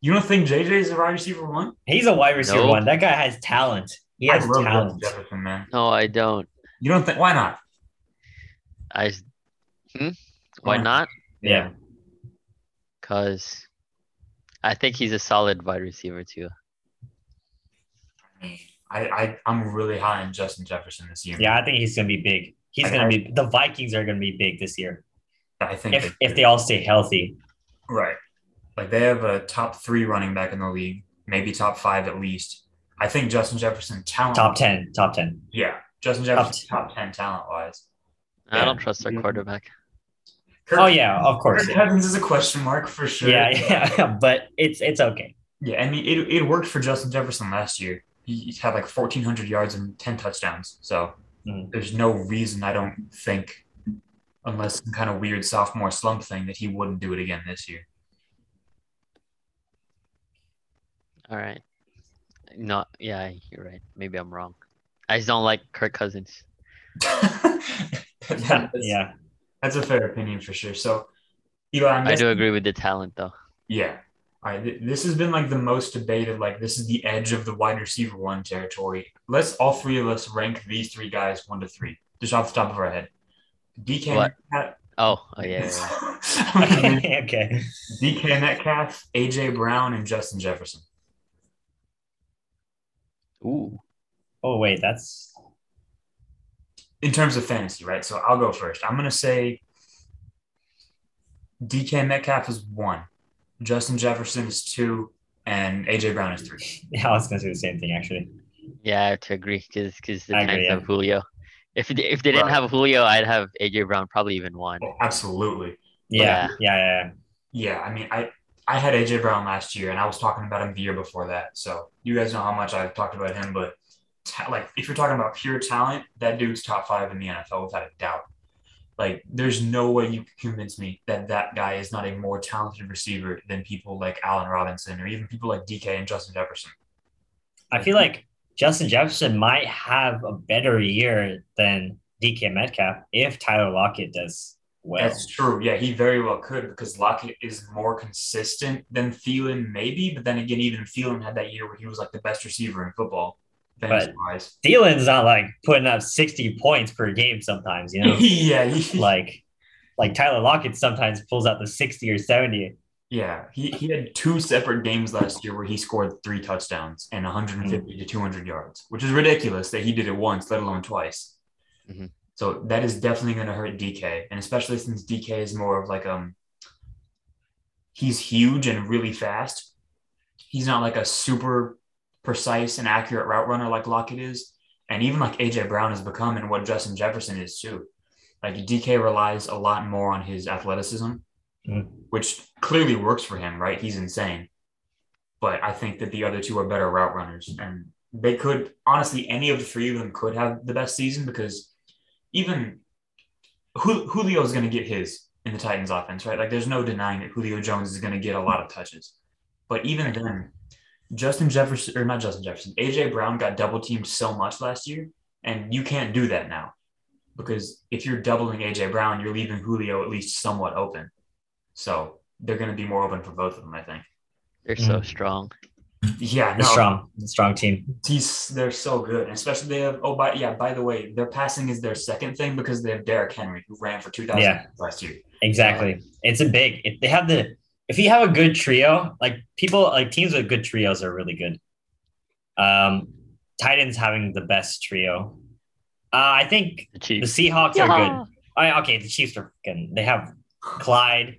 S1: You don't think JJ is a wide receiver one?
S3: He's a wide receiver
S2: Nope.
S3: one. That guy has talent. He has
S1: Justin
S3: talent.
S1: Jefferson, man.
S2: No, I don't.
S1: You don't think? Why not?
S2: I s- hmm? why
S1: Yeah.
S2: not?
S3: Yeah.
S2: Cause I think he's a solid wide receiver too.
S1: I, I I'm really high on Justin Jefferson this year.
S3: Yeah, I think he's gonna be big. He's
S1: And
S3: gonna
S1: I-
S3: be the Vikings are gonna be big this year
S1: I think
S3: if if they all stay healthy.
S1: right, like they have a top three running back in the league, maybe top five at least. I think Justin Jefferson talent.
S3: Top ten, top ten.
S1: Yeah, Justin Jefferson top, ten talent wise. Yeah.
S2: I don't trust our
S1: Mhm.
S2: quarterback.
S3: Oh yeah, of course.
S1: Kirk Cousins is a question mark for sure.
S3: Yeah, yeah. But it's it's okay.
S1: yeah. I mean, it, it worked for Justin Jefferson last year. He had like 1,400 yards and 10 touchdowns. So
S3: Mhm.
S1: there's no reason I don't think, unless some kind of weird sophomore slump thing, that he wouldn't do it again this year.
S2: All right. No, yeah, you're right. Maybe I'm wrong. I just don't like Kirk Cousins.
S1: That- that's,
S3: yeah.
S1: that's a fair opinion for sure. So, Eli, I'm
S2: I do
S1: guessing-
S2: agree with the talent though.
S1: Yeah. All right. th- This has been like the most debated. Like, this is the edge of the wide receiver one territory. Let's all three of us rank these three guys one to three, just off the top of our head. DK
S2: What?
S1: Metcalf.
S2: Oh, oh yeah. yeah, yeah.
S3: okay.
S1: DK Metcalf, AJ Brown, and Justin Jefferson.
S2: Ooh.
S3: Oh wait, that's
S1: in terms of fantasy, right? So I'll go first. I'm gonna say DK Metcalf is one, Justin Jefferson is two, and AJ Brown is three.
S3: yeah, I was gonna say the same thing actually.
S2: Yeah, I have to agree because because
S3: I
S2: depends
S3: agree,
S2: on Julio. If if they didn't
S1: Right.
S2: have Julio, I'd have AJ Brown probably even one.
S1: Oh, absolutely.
S3: Yeah, yeah, yeah. yeah.
S1: Yeah, I mean, I I had AJ Brown last year, and I was talking about him the year before that. So you guys know how much I've talked about him, but ta- like if you're talking about pure talent, that dude's top five in the NFL without a doubt. Like, there's no way you can convince me that that guy is not a more talented receiver than people like Allen Robinson or even people like DK and Justin Jefferson.
S3: I feel like Justin Jefferson might have a better year than DK Metcalf if Tyler Lockett does well.
S1: That's true. Yeah, he very well could because Lockett is more consistent than Thielen, maybe. But then again, even Thielen had that year where he was like the best receiver in football, fantasy wise.
S3: Thielen's not like putting up 60 points per game sometimes, you know?
S1: yeah, he,
S3: like like Tyler Lockett sometimes pulls out the 60 or 70.
S1: yeah. He, he had two separate games last year where he scored three touchdowns and
S3: Mm-hmm.
S1: 150 to 200 yards, which is ridiculous that he did it once, let alone twice.
S3: Mm-hmm.
S2: Mhm.
S1: So that is definitely going to hurt DK, and especially since DK is more of like um, he's huge and really fast. He's not like a super precise and accurate route runner like Lockett is, and even like AJ Brown has become, and what Justin Jefferson is too. Like DK relies a lot more on his athleticism which clearly works for him, right? He's insane. But I think that the other two are better route runners. And they could, honestly, any of the three of them could have the best season because even Jul- Julio is going to get his in the Titans offense, right? Like there's no denying that Julio Jones is going to get a lot of touches. But even then, Justin Jefferson, or not Justin Jefferson, AJ Brown got double teamed so much last year. And you can't do that now because if you're doubling AJ Brown, you're leaving Julio at least somewhat open. So they're going to be more open for both of them, I think.
S2: They're so strong.
S1: Yeah,
S3: They're
S1: no,
S3: strong, strong team.
S1: He's, they're so good, and especially they have. Oh, by yeah, by the way, their passing is their second thing because they have Derrick Henry who ran for two thousand
S3: Yeah.
S1: last year.
S3: Exactly. It's a big. If they have the if you have a good trio, like people like teams with good trios are really good. Um Titans having the best trio. Uh, I think
S2: The
S3: the
S2: Chiefs.
S3: Seahawks are good.
S2: Yeah.
S3: I, okay, the Chiefs are fucking. They have Clyde,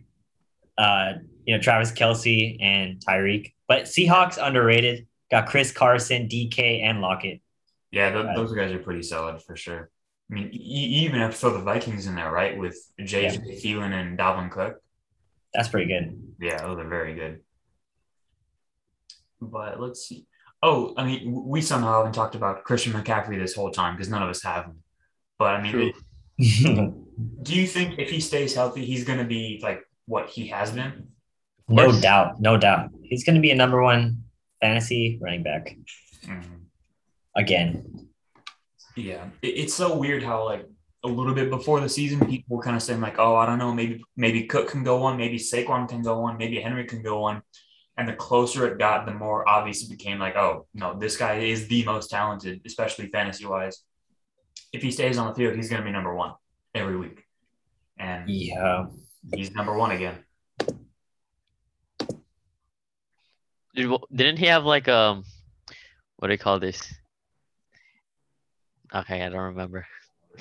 S3: uh, you know Travis Kelsey and Tyreek. But Seahawks underrated. Got Chris Carson, DK, and Lockett.
S1: Yeah, th-
S3: Right.
S1: those guys are pretty solid for sure. I mean, you, you even have to throw the Vikings in there, right? With JJ Thielen and Dalvin Cook.
S3: That's pretty good.
S1: Yeah, those are very good. But let's see. Oh, I mean, w- we somehow haven't talked about Christian McCaffrey this whole time because none of us have. him. But I mean,
S2: True.
S1: Do you think if he stays healthy, he's going to be like what he has been?
S3: no
S2: course.
S3: doubt, no doubt. He's going to be a number one fantasy running back again.
S1: Mm-hmm. Yeah, It- it's so weird how like a little bit before the season, people were kind of saying like, "Oh, I don't know, maybe maybe Cook can go one, maybe Saquon can go one, maybe Henry can go one." And the closer it got, the more obvious it became like, "Oh no, this guy is the most talented, especially fantasy wise. If he stays on the field, he's going to be number one every week." And
S3: Yeah,
S1: he's number one again.
S2: Dude, wh- didn't he have like um, what do you call this? Okay, I don't remember.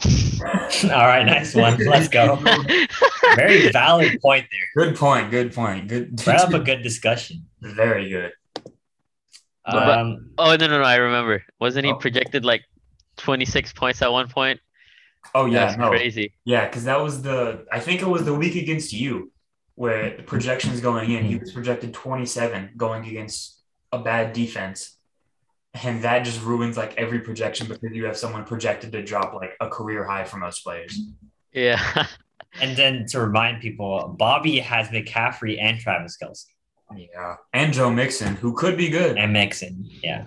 S3: all right, nice one. Let's go. Very valid point there.
S1: Good point. Good point. Good.
S3: Brought up a good discussion.
S1: Very good.
S2: But-
S3: Um,
S2: oh no no no! I remember. Wasn't he
S1: Oh.
S2: projected like twenty six points at one point?
S1: Oh yeah,
S2: That's
S1: no,
S2: crazy.
S1: yeah, because that was the I think it was the week against you where the projections going in. He was projected twenty seven going against a bad defense, and that just ruins like every projection because you have someone projected to drop like a career high for most players.
S2: Yeah.
S3: and then to remind people, Bobby has McCaffrey and Travis Kelsey.
S1: Yeah, and Joe Mixon, who could be good,
S3: and Mixon. Yeah.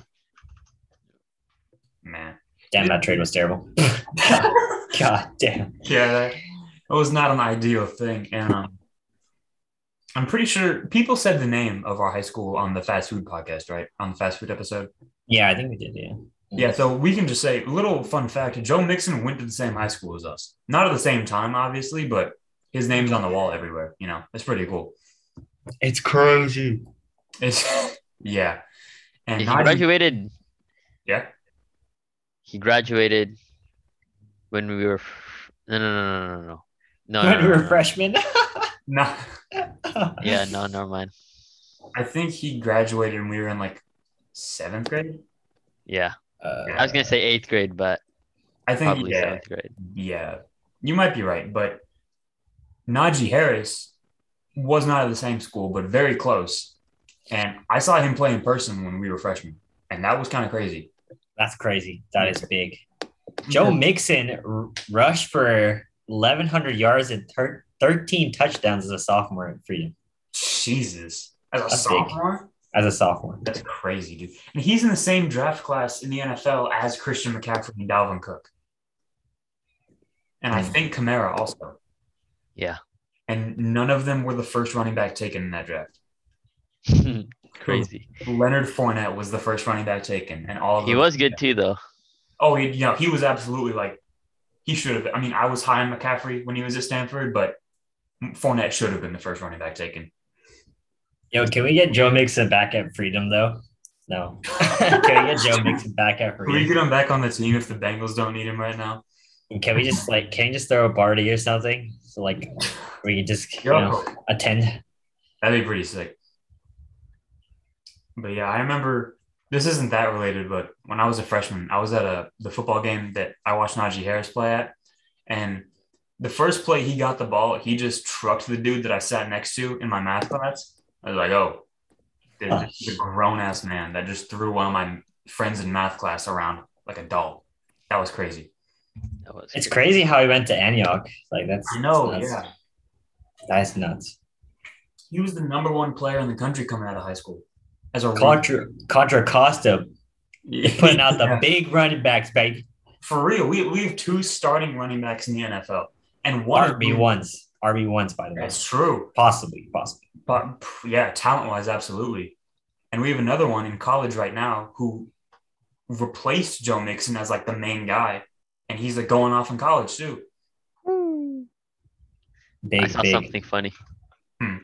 S1: man.
S3: Damn, that trade was terrible. God damn.
S1: Yeah, that, that was not an ideal thing, and um, I'm pretty sure people said the name of our high school on the fast food podcast, right? On the fast food episode.
S3: Yeah, I think we did. Yeah.
S1: Yeah, so we can just say little fun fact: Joe Mixon went to the same high school as us. Not at the same time, obviously, but his name's on the wall everywhere. You know, it's pretty cool.
S3: It's crazy.
S1: It's yeah, and
S2: he
S1: not
S2: graduated.
S1: yeah,
S2: He graduated when we were. f- No no no no no no. No. no,
S3: When
S2: no,
S3: we
S2: no,
S3: were
S2: no.
S3: freshmen.
S1: no,
S2: Uh, Yeah no never mind.
S1: I think he graduated when we were in like seventh grade.
S2: Yeah,
S3: Uh,
S2: I was gonna say eighth grade, but
S1: I think
S2: probably
S1: yeah,
S2: seventh grade.
S1: yeah, you might be right, but Najee Harris was not at the same school, but very close. And I saw him play in person when we were freshmen, and that was kind of crazy.
S3: That's crazy. That is big. Joe Mixon r- rushed for 1,100 yards and thir- 13 touchdowns as a sophomore at Freedom.
S1: Jesus, as a
S3: That's big.
S1: sophomore,
S3: As a sophomore,
S1: that's crazy, dude. And he's in the same draft class in the NFL as Christian McCaffrey and Dalvin Cook, and I
S3: Hmm.
S1: think Kamara also.
S2: Yeah.
S1: And none of them were the first running back taken in that draft.
S2: Crazy.
S1: Leonard Fournette was the first running back taken, and all of
S2: He
S1: them-
S2: was good too though.
S1: Oh, he, you know, he was absolutely like he should have. I mean, I was high on McCaffrey when he was at Stanford, but Fournette should have been the first running back taken.
S3: yo, can we get Joe Mixon back at Freedom though? No, can we get Joe Mixon back at
S1: Can we
S3: Freedom?
S1: get him back on the team if the Bengals don't need him right now?
S3: And Can we just like can you just throw a party or something? So like we can just you
S1: Yo,
S3: know, attend.
S1: that'd be pretty sick. But yeah, I remember this isn't that related, but when I was a freshman, I was at a the football game that I watched Najee Harris play at, and the first play he got the ball, he just trucked the dude that I sat next to in my math class. I was like, oh, dude, this is a grown ass man that just threw one of my friends in math class around like a doll. That was crazy.
S2: That was
S3: It's crazy how he went to Antioch. Like that's
S1: I know,
S3: that's nuts.
S1: yeah.
S3: that's nuts.
S1: He was the number one player in the country coming out of high school as a
S3: Contra Contra Costa putting out the
S1: Yeah.
S3: big running backs, baby.
S1: For real, we, we have two starting running backs in the NFL, and one of
S3: RB
S1: them-
S3: ones, RB ones, by the way,
S1: That's true,
S3: possibly, possibly.
S1: but pff, yeah, talent wise, absolutely. And we have another one in college right now who replaced Joe Mixon as like the main guy, and he's like going off in college too.
S3: Big,
S2: I saw
S3: big.
S2: something funny.
S1: Hmm.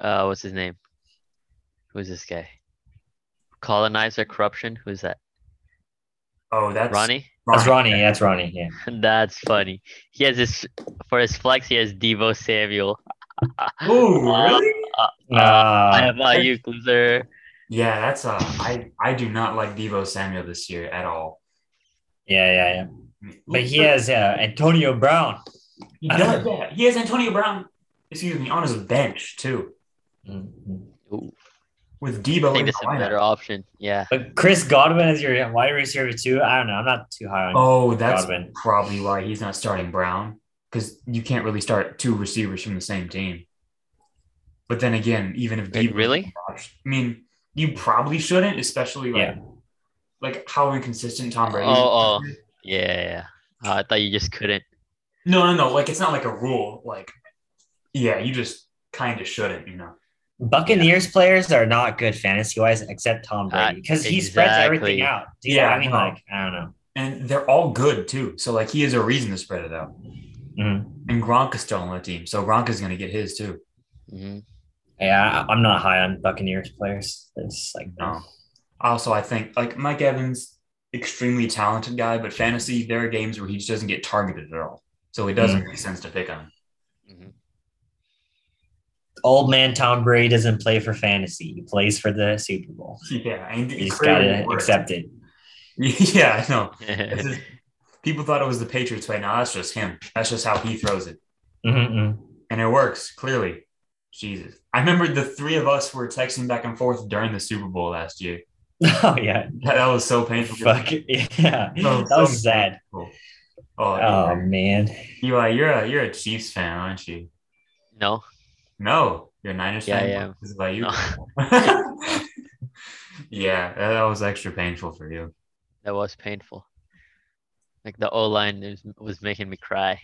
S2: Uh, what's his name? Who's this guy? Colonizer corruption. Who's that?
S1: Oh, that's
S2: Ronnie.
S3: That's Ronnie. That's Ronnie. Yeah.
S2: That's funny. He has this for his flex. He has Devo Samuel.
S1: Ooh,
S2: Uh,
S1: really?
S2: I
S3: Uh,
S2: have not you, loser.
S1: Yeah, that's uh, I I do not like Devo Samuel this year at all.
S3: yeah, yeah, yeah. But he has uh, Antonio Brown.
S1: he does, yeah. He has Antonio Brown. Excuse me, on his bench too
S3: Mhm.
S2: Ooh, Oh,
S1: with
S2: I
S1: Debo in the
S2: think this is a
S1: lineup.
S2: better option. Yeah.
S3: But Chris Godwin is your wide receiver too. I don't know. I'm not too high on
S1: Oh, that's
S3: Godwin.
S1: probably why he's not starting Brown because you can't really start two receivers from the same team. But then again, even if
S2: Wait,
S1: Debo-
S2: really?
S1: I mean, you probably shouldn't, especially like
S3: Yeah.
S1: like how inconsistent Tom Brady.
S2: Oh, oh. Yeah. yeah, yeah. Uh, I thought you just couldn't.
S1: No, no, no. Like it's not like a rule. Like, yeah, you just kind of shouldn't, you know.
S3: Buccaneers players are not good fantasy wise, except Tom
S2: Uh,
S3: Brady, because he spreads everything
S2: exactly.
S3: out. Do you
S1: Yeah,
S3: know what I mean,
S1: no.
S3: like I don't know.
S1: And they're all good too. So like he has a reason to spread it out.
S3: Mhm.
S1: And Gronk is still on the team, so Gronk is gonna get his too.
S2: hmm
S3: Yeah, I- I'm not high on Buccaneers players. It's like
S1: No. Also, I think like Mike Evans, extremely talented guy, but fantasy, there are games where he just doesn't get targeted at all. So it
S3: Mm.
S1: doesn't make sense to pick on him.
S2: hmm
S3: old man Tom Brady doesn't play for fantasy. He plays for the Super Bowl.
S1: Yeah, and
S3: You
S1: it's
S3: just
S1: clearly
S3: gotta
S1: worse.
S3: accept it.
S1: Yeah, I know. It's just- people thought it was the Patriots way. Now that's just him. That's just how he throws it,
S3: Mm-hmm.
S1: and it works clearly. Jesus, I remember the three of us were texting back and forth during the Super Bowl last year.
S3: Oh yeah,
S1: That, that was so painful.
S3: fuck yeah,
S1: No,
S3: that was
S1: so-
S3: sad.
S1: Oh, oh
S3: Oh man,
S1: Eli, you're a you're a Chiefs fan, aren't you?
S2: no.
S1: No, you're a Niners
S2: Yeah,
S1: fan.
S2: I am.
S1: This is about you.
S2: No.
S1: yeah, that that was extra painful for you.
S2: That was painful. Like the O line was, was making me cry.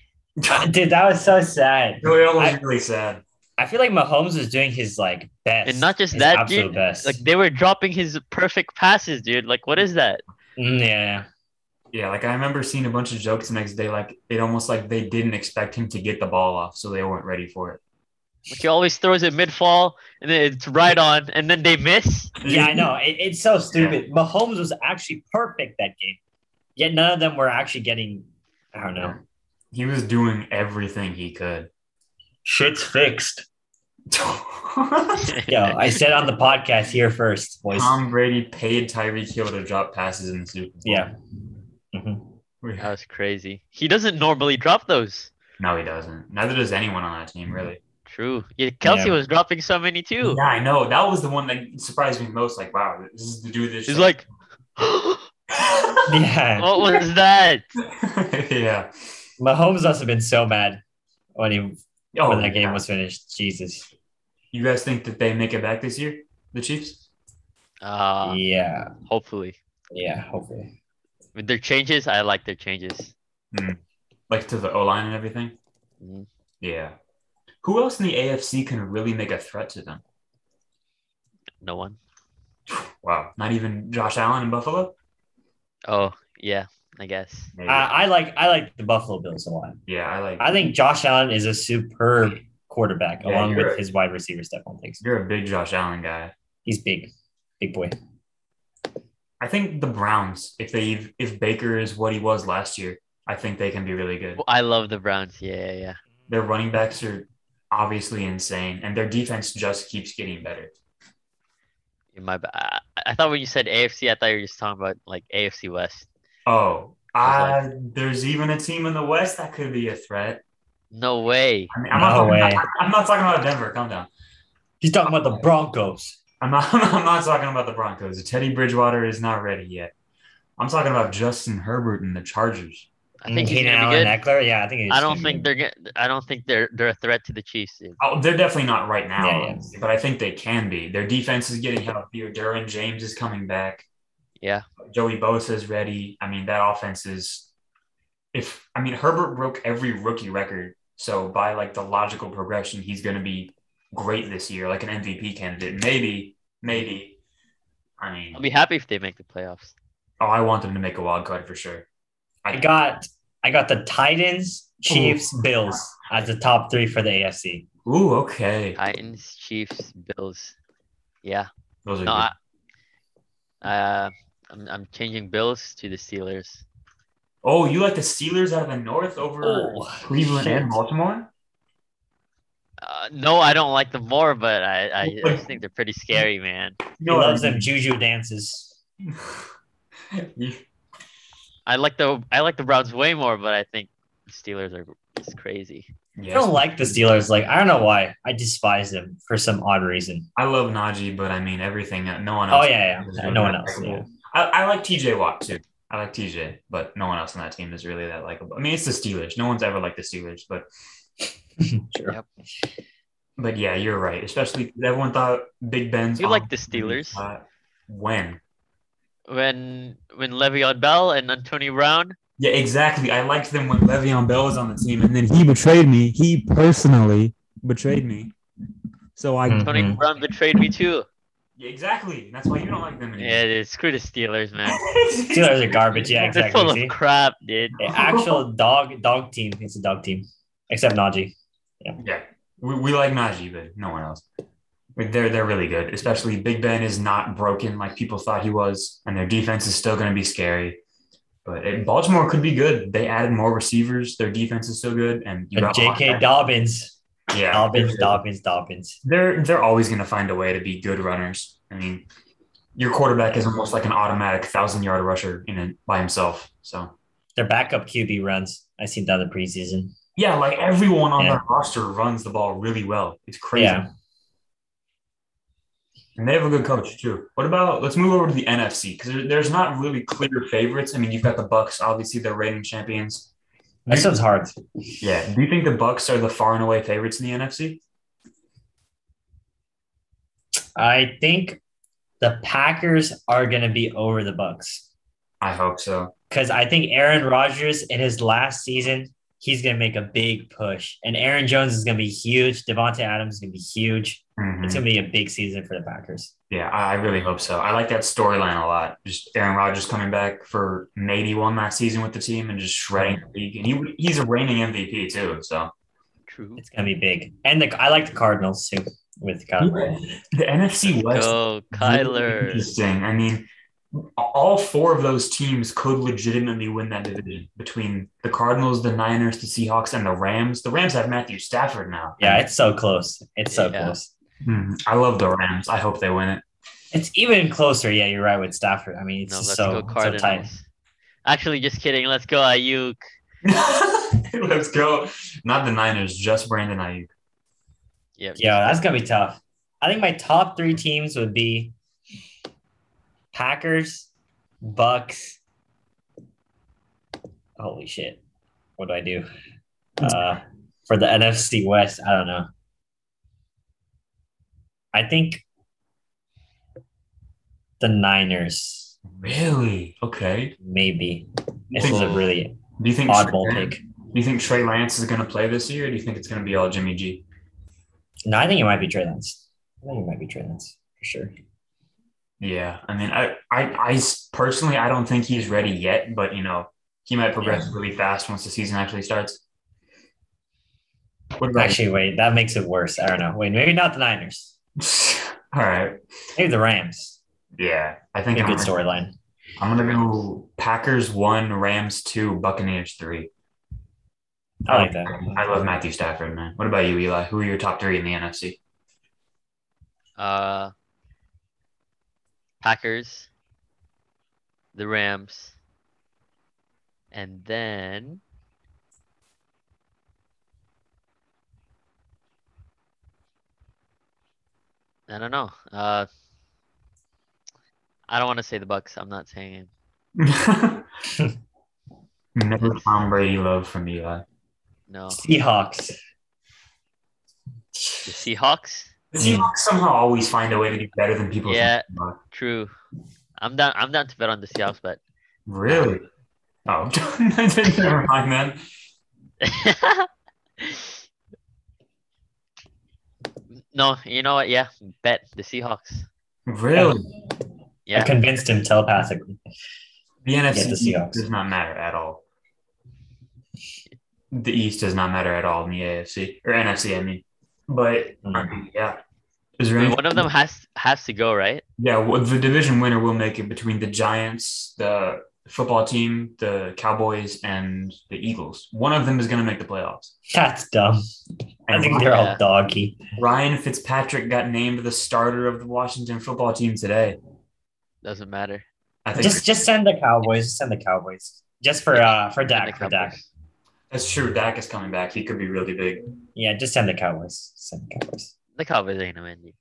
S3: dude, that was so sad.
S1: It was
S3: I-
S1: really sad.
S3: I feel like Mahomes was doing his like best,
S2: And not just
S3: his
S2: that,
S3: absolute
S2: dude,
S3: best.
S2: Like they were dropping his perfect passes, dude. Like what is that?
S3: Mm, yeah,
S1: Yeah, like I remember seeing a bunch of jokes the next day, like it almost like they didn't expect him to get the ball off, so they weren't ready for it.
S2: Like he always throws it mid fall and then it's right on and then they miss.
S3: yeah, I know. It, it's so stupid. Mahomes was actually perfect that game, yet none of them were actually getting. I don't know.
S1: He was doing everything he could.
S3: Shit's fixed. Yo, I said on the podcast here first, boys.
S1: Um, Tom Brady paid Tyreek Hill to drop passes in the Super Bowl.
S3: Yeah. Mhm.
S2: That was crazy. He doesn't normally drop those.
S1: No, he doesn't. Neither does anyone on that team, really.
S2: True. Yeah, Kelsey
S3: Yeah.
S2: was dropping so many too.
S1: Yeah, I know. That was the one that surprised me most. Like, wow, this is the dude. This
S2: He's like, what
S3: Yeah.
S2: was that?
S1: yeah.
S3: Mahomes must have been so mad when he
S1: Oh,
S3: when that game was finished. Jesus.
S1: You guys think that they make it back this year, the Chiefs?
S2: Uh,
S3: yeah.
S2: hopefully.
S3: Yeah. Hopefully.
S2: With their changes, I like their changes.
S1: Like to the O line and everything.
S2: Mhm.
S1: Yeah. Who else in the AFC can really make a threat to them?
S2: No one.
S1: Wow, not even Josh Allen in Buffalo.
S2: Oh, yeah, I guess.
S1: Maybe.
S3: I, I like I like the Buffalo Bills a lot.
S1: yeah, I like.
S3: Uh, I think Josh Allen is a superb quarterback,
S1: Yeah,
S3: along
S1: you're
S3: with
S1: right.
S3: his wide receiver Stephon Diggs.
S1: you're a big Josh Allen guy.
S3: He's big, big boy.
S1: I think the Browns, if they if Baker is what he was last year, I think they can be really good.
S2: I love the Browns. Yeah, yeah, yeah.
S1: Their running backs are obviously insane, and their defense just keeps getting better.
S2: In my, ba- I, I thought when you said AFC, I thought you were just talking about like AFC West.
S1: Oh,
S2: It's
S1: uh, there's even a team in the West that could be a threat.
S2: No way.
S1: I mean, I'm,
S3: No
S1: not talking
S3: way.
S1: About, I'm not talking about Denver. Calm down.
S3: He's talking about the Broncos.
S1: I'm not, I'm not talking about the Broncos. Teddy Bridgewater is not ready yet. I'm talking about Justin Herbert and the Chargers.
S2: I think he's
S3: Keenan
S2: gonna be
S3: Allen,
S2: good.
S3: Eckler. Yeah, I think. He's
S2: I don't
S3: gonna
S2: think
S3: be
S2: they're gonna. I don't think they're they're a threat to the Chiefs. dude.
S1: Oh, they're definitely not right now,
S3: Yeah, yeah.
S1: obviously, but I think they can be. Their defense is getting healthier. Derwin James is coming back.
S2: Yeah,
S1: Joey Bosa is ready. I mean, that offense is. If I mean Herbert broke every rookie record, so by like the logical progression, he's going to be great this year, like an MVP candidate. Maybe, maybe. I mean,
S2: I'll be happy if they make the playoffs.
S1: oh, I want them to make a wild card for sure.
S3: I got I got the Titans, Chiefs, Bills as the top three for the AFC.
S1: Ooh, okay.
S2: Titans, Chiefs, Bills. Yeah.
S1: Those are
S2: No,
S1: good.
S2: I, uh, I'm I'm changing Bills to the Steelers.
S1: Oh, you like the Steelers out of the North over
S3: Oh,
S1: Cleveland
S3: shit.
S1: and Baltimore?
S2: Uh, no, I don't like them more, but I, I, I
S1: Wait.
S2: just think they're pretty scary, man.
S3: He loves them juju dances.
S2: I like the I like the Browns way more, but I think the Steelers are just crazy.
S3: I don't like the Steelers. Like I don't know why. I despise them for some odd reason.
S1: I love Najee, but I mean everything. No one
S3: Oh
S1: else.
S3: yeah, yeah. No one else. Yeah.
S1: I, I like TJ Watt too. I like TJ, but no one else on that team is really that likable. I mean, it's the Steelers. No one's ever liked the Steelers, but
S3: Sure.
S2: Yep.
S1: but yeah, you're right. Especially everyone thought Big Ben's.
S2: You
S1: on-
S2: like the Steelers?
S1: Uh, when?
S2: When when Le'Veon Bell and Antonio Brown,
S1: Yeah, exactly. I liked them when Le'Veon Bell was on the team, and then he betrayed me. He personally betrayed me. So I
S3: Hmm.
S2: Antonio
S3: Mhm.
S2: Brown betrayed me too.
S1: Yeah, exactly. That's why you don't like them anymore.
S3: Mm-hmm.
S2: Yeah, dude, screw the Steelers, man.
S3: Steelers are garbage. Yeah,
S2: They're full
S3: exactly. See?
S2: of crap, dude.
S3: Yeah, actual dog dog team. It's a dog team, except Najee.
S1: Yeah, we, we like Najee, but no one else. But They're they're really good, especially Big Ben is not broken like people thought he was, and their defense is still going to be scary. But it, Baltimore could be good. They added more receivers. Their defense is still good, and you
S3: But
S1: got
S3: J.K. Dobbins,
S1: yeah,
S3: Dobbins, Dobbins, Dobbins.
S1: They're they're always going to find a way to be good runners. I mean, your quarterback is almost like an automatic thousand yard rusher in it by himself. So
S3: Their backup QB runs. I seen that in the preseason.
S1: yeah, like everyone on
S3: Yeah.
S1: their roster runs the ball really well. It's crazy.
S3: Yeah.
S1: And they have a good coach too. What about let's move over to the NFC because there's not really clear favorites. I mean, you've got the Bucks. Obviously, they're reigning champions.
S3: This one's hard.
S1: Yeah. Do you think the Bucks are the far and away favorites in the NFC?
S3: I think the Packers are going to be over the Bucks
S1: I hope so.
S3: because I think Aaron Rodgers in his last season, he's going to make a big push, and Aaron Jones is going to be huge. Devonte Adams is going to be huge.
S1: Mhm.
S3: It's going to be a big season for the Packers.
S1: Yeah, I, I really hope so. I like that storyline a lot. Just Aaron Rodgers coming back for maybe one last season with the team and just shredding the league. And he he's a reigning MVP too. So
S2: True.
S3: It's going to be big, and the I like the Cardinals too with Kyler. Murray.
S1: the NFC West
S2: Go,
S1: Really
S2: Kyler.
S1: Interesting. I mean, all four of those teams could legitimately win that division between the Cardinals, the Niners, the Seahawks, and the Rams. The Rams have Matthew Stafford now.
S3: Yeah, it's so close. It's so
S2: Yeah.
S3: close.
S1: Mhm. I love the Rams. I hope they win it.
S3: It's even closer. Yeah, you're right with Stafford. I mean, it's
S2: No,
S3: just
S2: let's
S3: so
S2: go
S3: so tight.
S2: Cardinals. Actually, just kidding. Let's go, Ayuk.
S1: Let's go. Not the Niners, just Brandon Ayuk.
S2: Yep.
S3: Yeah, that's gonna be tough. I think my top three teams would be Packers, Bucks. Holy shit! What do I do? Uh, for the NFC West, I don't know. I think the Niners,
S1: Really? Okay.
S3: maybe. This is a really
S1: Do you think
S3: oddball
S1: Trey-
S3: pick.
S1: Do you think Trey Lance is going to play this year? Or do you think it's going to be all Jimmy G?
S3: No, I think it might be Trey Lance. I think it might be Trey Lance for sure.
S1: Yeah, I mean, I, I, I s- personally, I don't think he's ready yet, but you know, he might progress really fast once the season actually starts. What about
S3: Actually, wait, that makes it worse. I don't know. Wait, maybe not the Niners.
S1: all right?
S3: Maybe the Rams.
S1: Yeah, I think
S3: Be a
S1: I'm
S3: good
S1: gonna,
S3: storyline.
S1: I'm gonna go Packers one, Rams two, Buccaneers three.
S3: I like that.
S1: Oh, I love Matthew Stafford, man. What about you, Eli? Who are your top three in the NFC?
S2: Uh, Packers, the Rams, and then I don't know. Uh, I don't want to say the Bucks. I'm not saying it.
S1: Never Tom Brady love from Eli.
S2: No,
S3: Seahawks.
S2: the Seahawks.
S1: The Seahawks somehow always find a way to be better than people. think
S2: Yeah.
S1: they are.
S2: True. I'm down. I'm down to bet on the Seahawks, but
S1: Really? Oh, never mind then.
S2: no, you know what? Yeah, bet the Seahawks.
S1: Really?
S3: I
S2: Yeah,
S3: convinced him telepathically.
S1: The NFC
S3: the Seahawks.
S1: does not matter at all. The East does not matter at all in the AFC or NFC, I mean. But I
S3: Mm.
S1: mean, yeah, is there
S2: I mean,
S1: any?
S2: one of them has has to go, right?
S1: Yeah, well, the division winner will make it between the Giants, the football team, the Cowboys, and the Eagles. One of them is going to make the playoffs.
S3: That's dumb. I
S1: And
S3: think they're all
S2: Yeah.
S3: doggy.
S1: Ryan Fitzpatrick got named the starter of the Washington football team today.
S2: Doesn't matter.
S1: I think
S3: Just just send the Cowboys. Just send the Cowboys. Just for uh for
S2: And the
S3: Dak. For Dak.
S2: Cowboys.
S1: that's true. Dak is coming back. He could be really big.
S3: Yeah, just send the Cowboys. Send the Cowboys.
S2: The Cowboys ain't gonna win. dude.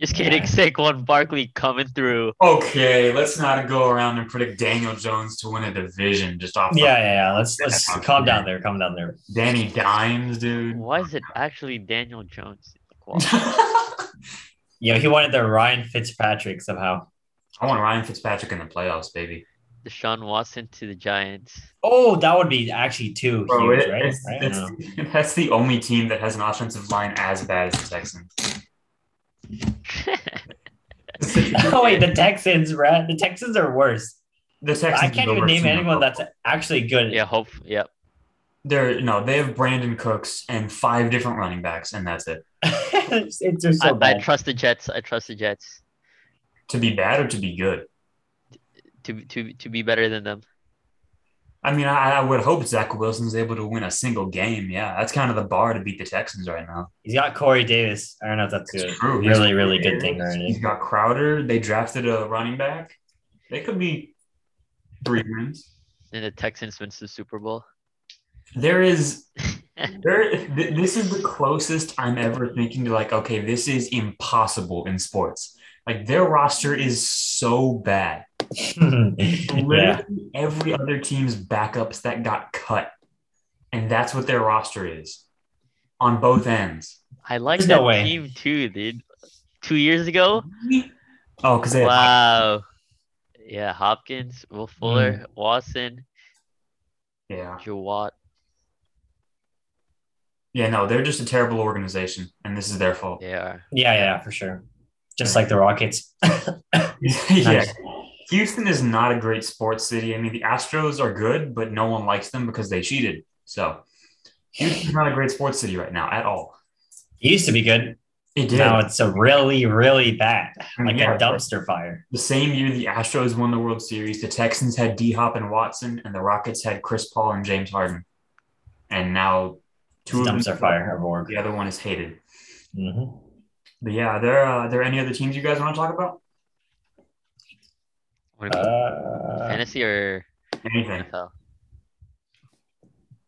S2: Just kidding. Saquon Barkley coming through.
S1: Okay, let's not go around and predict Daniel Jones to win a division just off. of
S3: Yeah, yeah, yeah. Let's let's calm down there. Calm down there.
S1: Danny Dimes, dude.
S2: Why is it actually Daniel Jones? Wow.
S1: I
S3: Yeah, he wanted the Ryan Fitzpatrick somehow.
S1: want Ryan Fitzpatrick in the playoffs, baby.
S2: Deshaun Watson to the Giants.
S3: Oh, that would be actually too
S1: Bro,
S3: huge,
S1: it-
S3: right?
S1: it's-
S3: right? I don't
S1: it's-
S3: know.
S1: that's the only team that has an offensive line as bad as the Texans.
S3: oh wait, the Texans, right? The Texans are worse.
S1: The Texans.
S3: I
S1: are
S3: can't
S1: the
S3: even
S1: worst
S3: name
S1: team in
S3: anyone
S1: football.
S3: that's actually good.
S2: yeah, hope. Yep.
S1: They're no, they have Brandon Cooks and five different running backs, and that's it.
S3: it's, it's just so
S2: I, I
S3: bad.
S2: trust the Jets. I trust the Jets
S1: To be bad or to be good.
S2: to to to be better than them.
S1: I mean, I, I would hope Zach Wilson's able to win a single game. Yeah, that's kind of the bar to beat the Texans right now.
S3: He's got Corey Davis. I don't know if that's good.
S1: True. He's-
S3: Really, really good thing right
S1: He's
S3: now.
S1: got Crowder. They drafted a running back. They could be three wins.
S2: And the Texans wins the Super Bowl.
S1: There is there. Th- this is the closest I'm ever thinking to like, okay, this is impossible in sports. Like their roster is so bad.
S3: yeah.
S1: Literally every other team's backups that got cut, and that's what their roster is on both ends.
S2: I like
S3: There's
S2: that
S3: no way.
S2: team too, dude. Two years ago.
S1: Oh, because they have
S2: Wow. Yeah, Hopkins, Will
S3: Mm.
S2: Fuller, Watson,
S1: yeah.
S2: Jawad.
S1: Yeah, no, they're just a terrible organization, and this is their fault.
S2: They are.
S3: Yeah, yeah, for sure. Just like the Rockets.
S1: yeah. Houston is not a great sports city. I mean, the Astros are good, but no one likes them because they cheated. So Houston's not a great sports city right now at all.
S3: It used to be good.
S1: It did.
S3: Now it's a really, really bad.
S1: I mean,
S3: Like
S1: yeah,
S3: a dumpster fire.
S1: The same year the Astros won the World Series, the Texans had D Hop and Watson, and the Rockets had Chris Paul and James Harden. And now two of them
S3: Dumpster fire of org.
S1: The other one is hated.
S3: Mhm.
S1: But yeah, there uh, there any other teams you guys want to talk about?
S2: What do you-
S3: Uh,
S2: fantasy or
S1: Anything.
S2: NFL?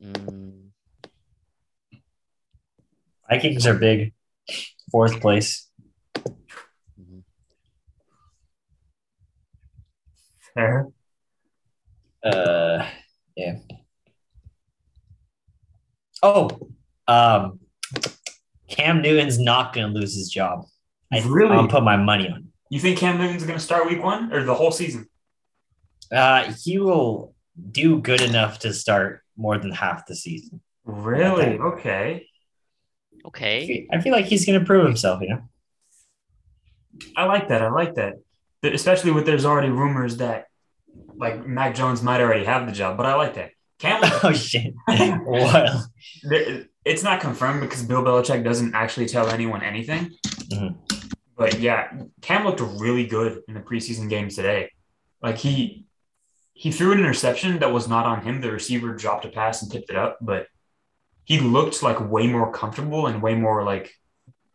S2: Mm,
S3: Vikings are big. Fourth place.
S2: mhm.
S1: Fair.
S3: Uh, yeah. Oh, um, Cam Newton's not gonna lose his job. I,
S1: Really?
S3: I'll put my money on. it.
S1: You think Cam Newton's going to start week one or the whole season?
S3: Uh, he will do good enough to start more than half the season.
S1: Really? Okay.
S3: I
S2: Okay.
S3: feel- I feel like he's gonna prove himself. You know.
S1: I like that. I like that. Th- Especially with there's already rumors that like Mac Jones might already have the job, but I like that. Cam,
S3: Oh shit! what?
S1: there- it's not confirmed because Bill Belichick doesn't actually tell anyone anything.
S3: Mhm.
S1: But yeah, Cam looked really good in the preseason games today. Like he he threw an interception that was not on him. The receiver dropped a pass and tipped it up, but he looked like way more comfortable and way more like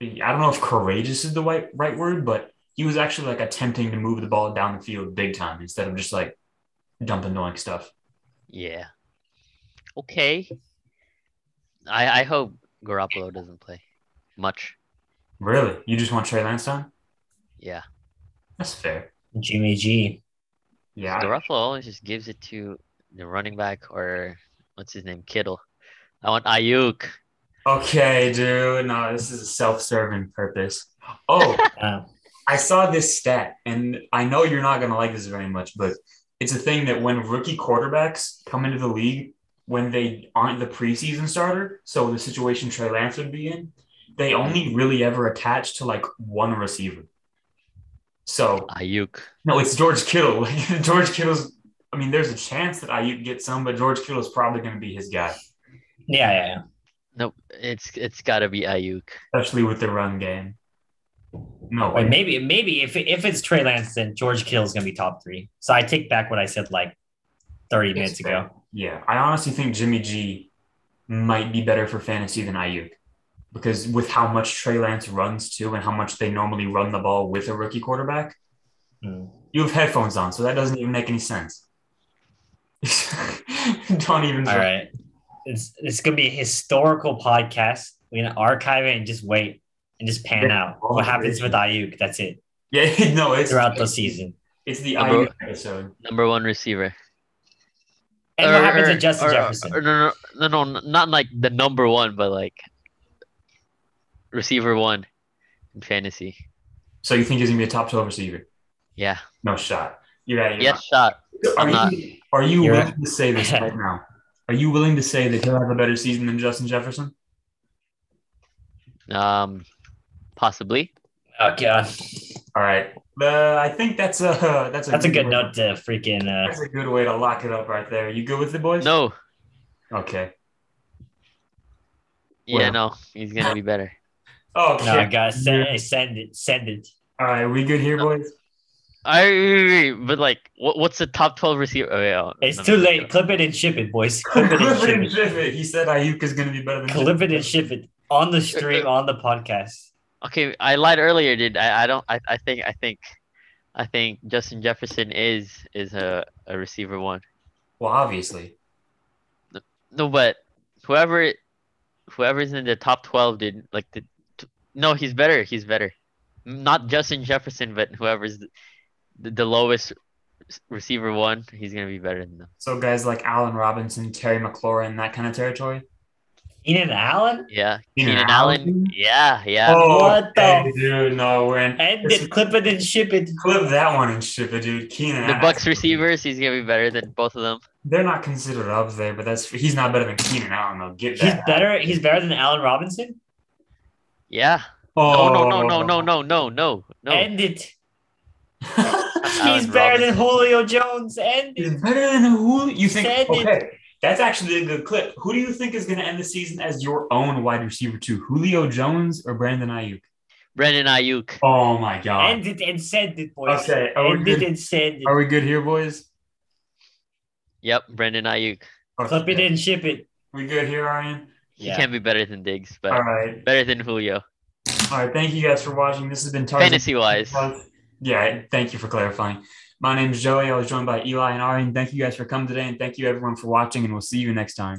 S1: I don't know if courageous is the right right word, but he was actually like attempting to move the ball down the field big time instead of just like dumping annoying stuff.
S2: Yeah. Okay. I I hope Garoppolo doesn't play much.
S1: Really? You just want Trey Lance on?
S2: Yeah.
S1: That's fair.
S3: Jimmy G.
S1: Yeah.
S2: Garoppolo always just gives it to the running back or what's his name, Kittle. I want Ayuk.
S1: Okay, dude. No, this is a self-serving purpose. Oh,
S3: Uh,
S1: I saw this stat, and I know you're not gonna like this very much, but it's a thing that when rookie quarterbacks come into the league, when they aren't the preseason starter, so the situation Trey Lance would be in, they only really ever attach to like one receiver. So
S2: Ayuk.
S1: no, it's George Kittle. Like George Kittle's. I mean, there's a chance that I get some, but George Kittle's probably gonna be his guy,
S3: yeah, yeah, yeah.
S2: Nope. It's it's gotta be Ayuk.
S1: especially with the run game. No,
S3: Wait, maybe, maybe if if it's Trey Lance, then George Kittle's gonna be top three. So I take back what I said like thirty
S1: It's
S3: minutes
S1: fair.
S3: ago.
S1: Yeah, I honestly think Jimmy G might be better for fantasy than Ayuk because with how much Trey Lance runs too, and how much they normally run the ball with a rookie quarterback,
S3: Hmm.
S1: you have headphones on, so that doesn't even make any sense. Don't even.
S3: All right. It's it's gonna be a historical podcast. We're gonna archive it and just wait and just pan out. What happens with Ayuk? That's it
S1: Yeah, no, it's
S3: throughout the season.
S1: it's the
S2: Number-
S1: Ayuk episode.
S2: Number one receiver.
S3: And what happens to Justin Jefferson?
S2: or no, no, no, no, not like the number one, but like receiver one in fantasy.
S1: So you think he's gonna be a top twelve receiver?
S2: Yeah.
S1: No shot. You're out of your
S2: Yes, shot.
S1: mind.
S2: I'm
S1: Are
S2: not.
S1: you, are you
S3: You're-
S1: willing to say this right now? Are you willing to say that he'll have a better season than Justin Jefferson?
S2: Um, possibly.
S3: oh god,
S1: All right. Uh, I think that's a that's a
S3: that's a good
S1: way-
S3: note to freaking. Uh,
S1: That's a good way to lock it up right there. You good with the boys?
S2: No.
S1: Okay.
S2: Yeah, no. He's gonna be better.
S1: Okay.
S3: no, guys, send, send it, send it.
S1: All right. We good here, boys?
S2: I agree, but like, what, what's the top twelve receiver? Oh, yeah,
S3: It's
S2: no,
S3: too
S2: no,
S3: late.
S2: no.
S3: Clip it and ship it, boys. Clip it and
S1: Clip it
S3: ship
S1: and
S3: it.
S1: ship it. He said Ayuk is going to be better than
S3: Clip it and ship it on the stream, on the podcast.
S2: Okay, I lied earlier, dude. I, I don't. I, I think. I think. I think Justin Jefferson is is a, a receiver one.
S1: Well, obviously.
S2: No, but whoever, whoever's in the top twelve, dude. Like the, t- no, he's better. He's better. Not Justin Jefferson, but whoever's the, the lowest s- receiver one, he's gonna be better than them.
S1: So guys like Allen Robinson, Terry McLaurin, that kind of territory.
S3: Keenan Allen.
S2: Yeah,
S1: Keenan
S2: Keenan Allen.
S1: Allen? Oh,
S2: Yeah, yeah.
S3: What the-
S1: hey, dude, no, we're in.
S3: And it, clip it and ship it.
S1: Clip that one and ship it, dude. Keenan.
S2: the Bucks receivers, he's gonna be better than both of them.
S1: They're not considered up there, but that's he's not better than Keenan Allen though. Get
S3: He's
S1: that.
S3: better. He's better than Allen Robinson.
S2: Yeah.
S1: Oh
S2: No, no, no, no, no, no, no, no, no.
S3: End it.
S1: no.
S3: He's better than Julio Jones. End
S1: is
S3: it.
S1: better than who you think.
S3: Said it.
S1: Okay, that's actually a good clip. Who do you think is going to end the season as your own wide receiver two? Julio Jones or Brandon Ayuk?
S2: Brandon Ayuk.
S1: Oh my god.
S3: End it and send it, boys.
S1: Okay, are we,
S3: End it
S1: good,
S3: and send it.
S1: are we good here, boys?
S2: Yep, Brandon Ayuk.
S3: Clip it and ship it.
S1: We good here, Ryan?
S2: He
S3: Yeah.
S2: can't be better than Diggs, but
S1: All right,
S2: better than Julio.
S1: all right. Thank you guys for watching. This has been Tarzan.
S2: Fantasy wise.
S1: Yeah, thank you for clarifying. My name is Joey. I was joined by Eli and Ari. And thank you guys for coming today. And thank you everyone for watching. And we'll see you next time.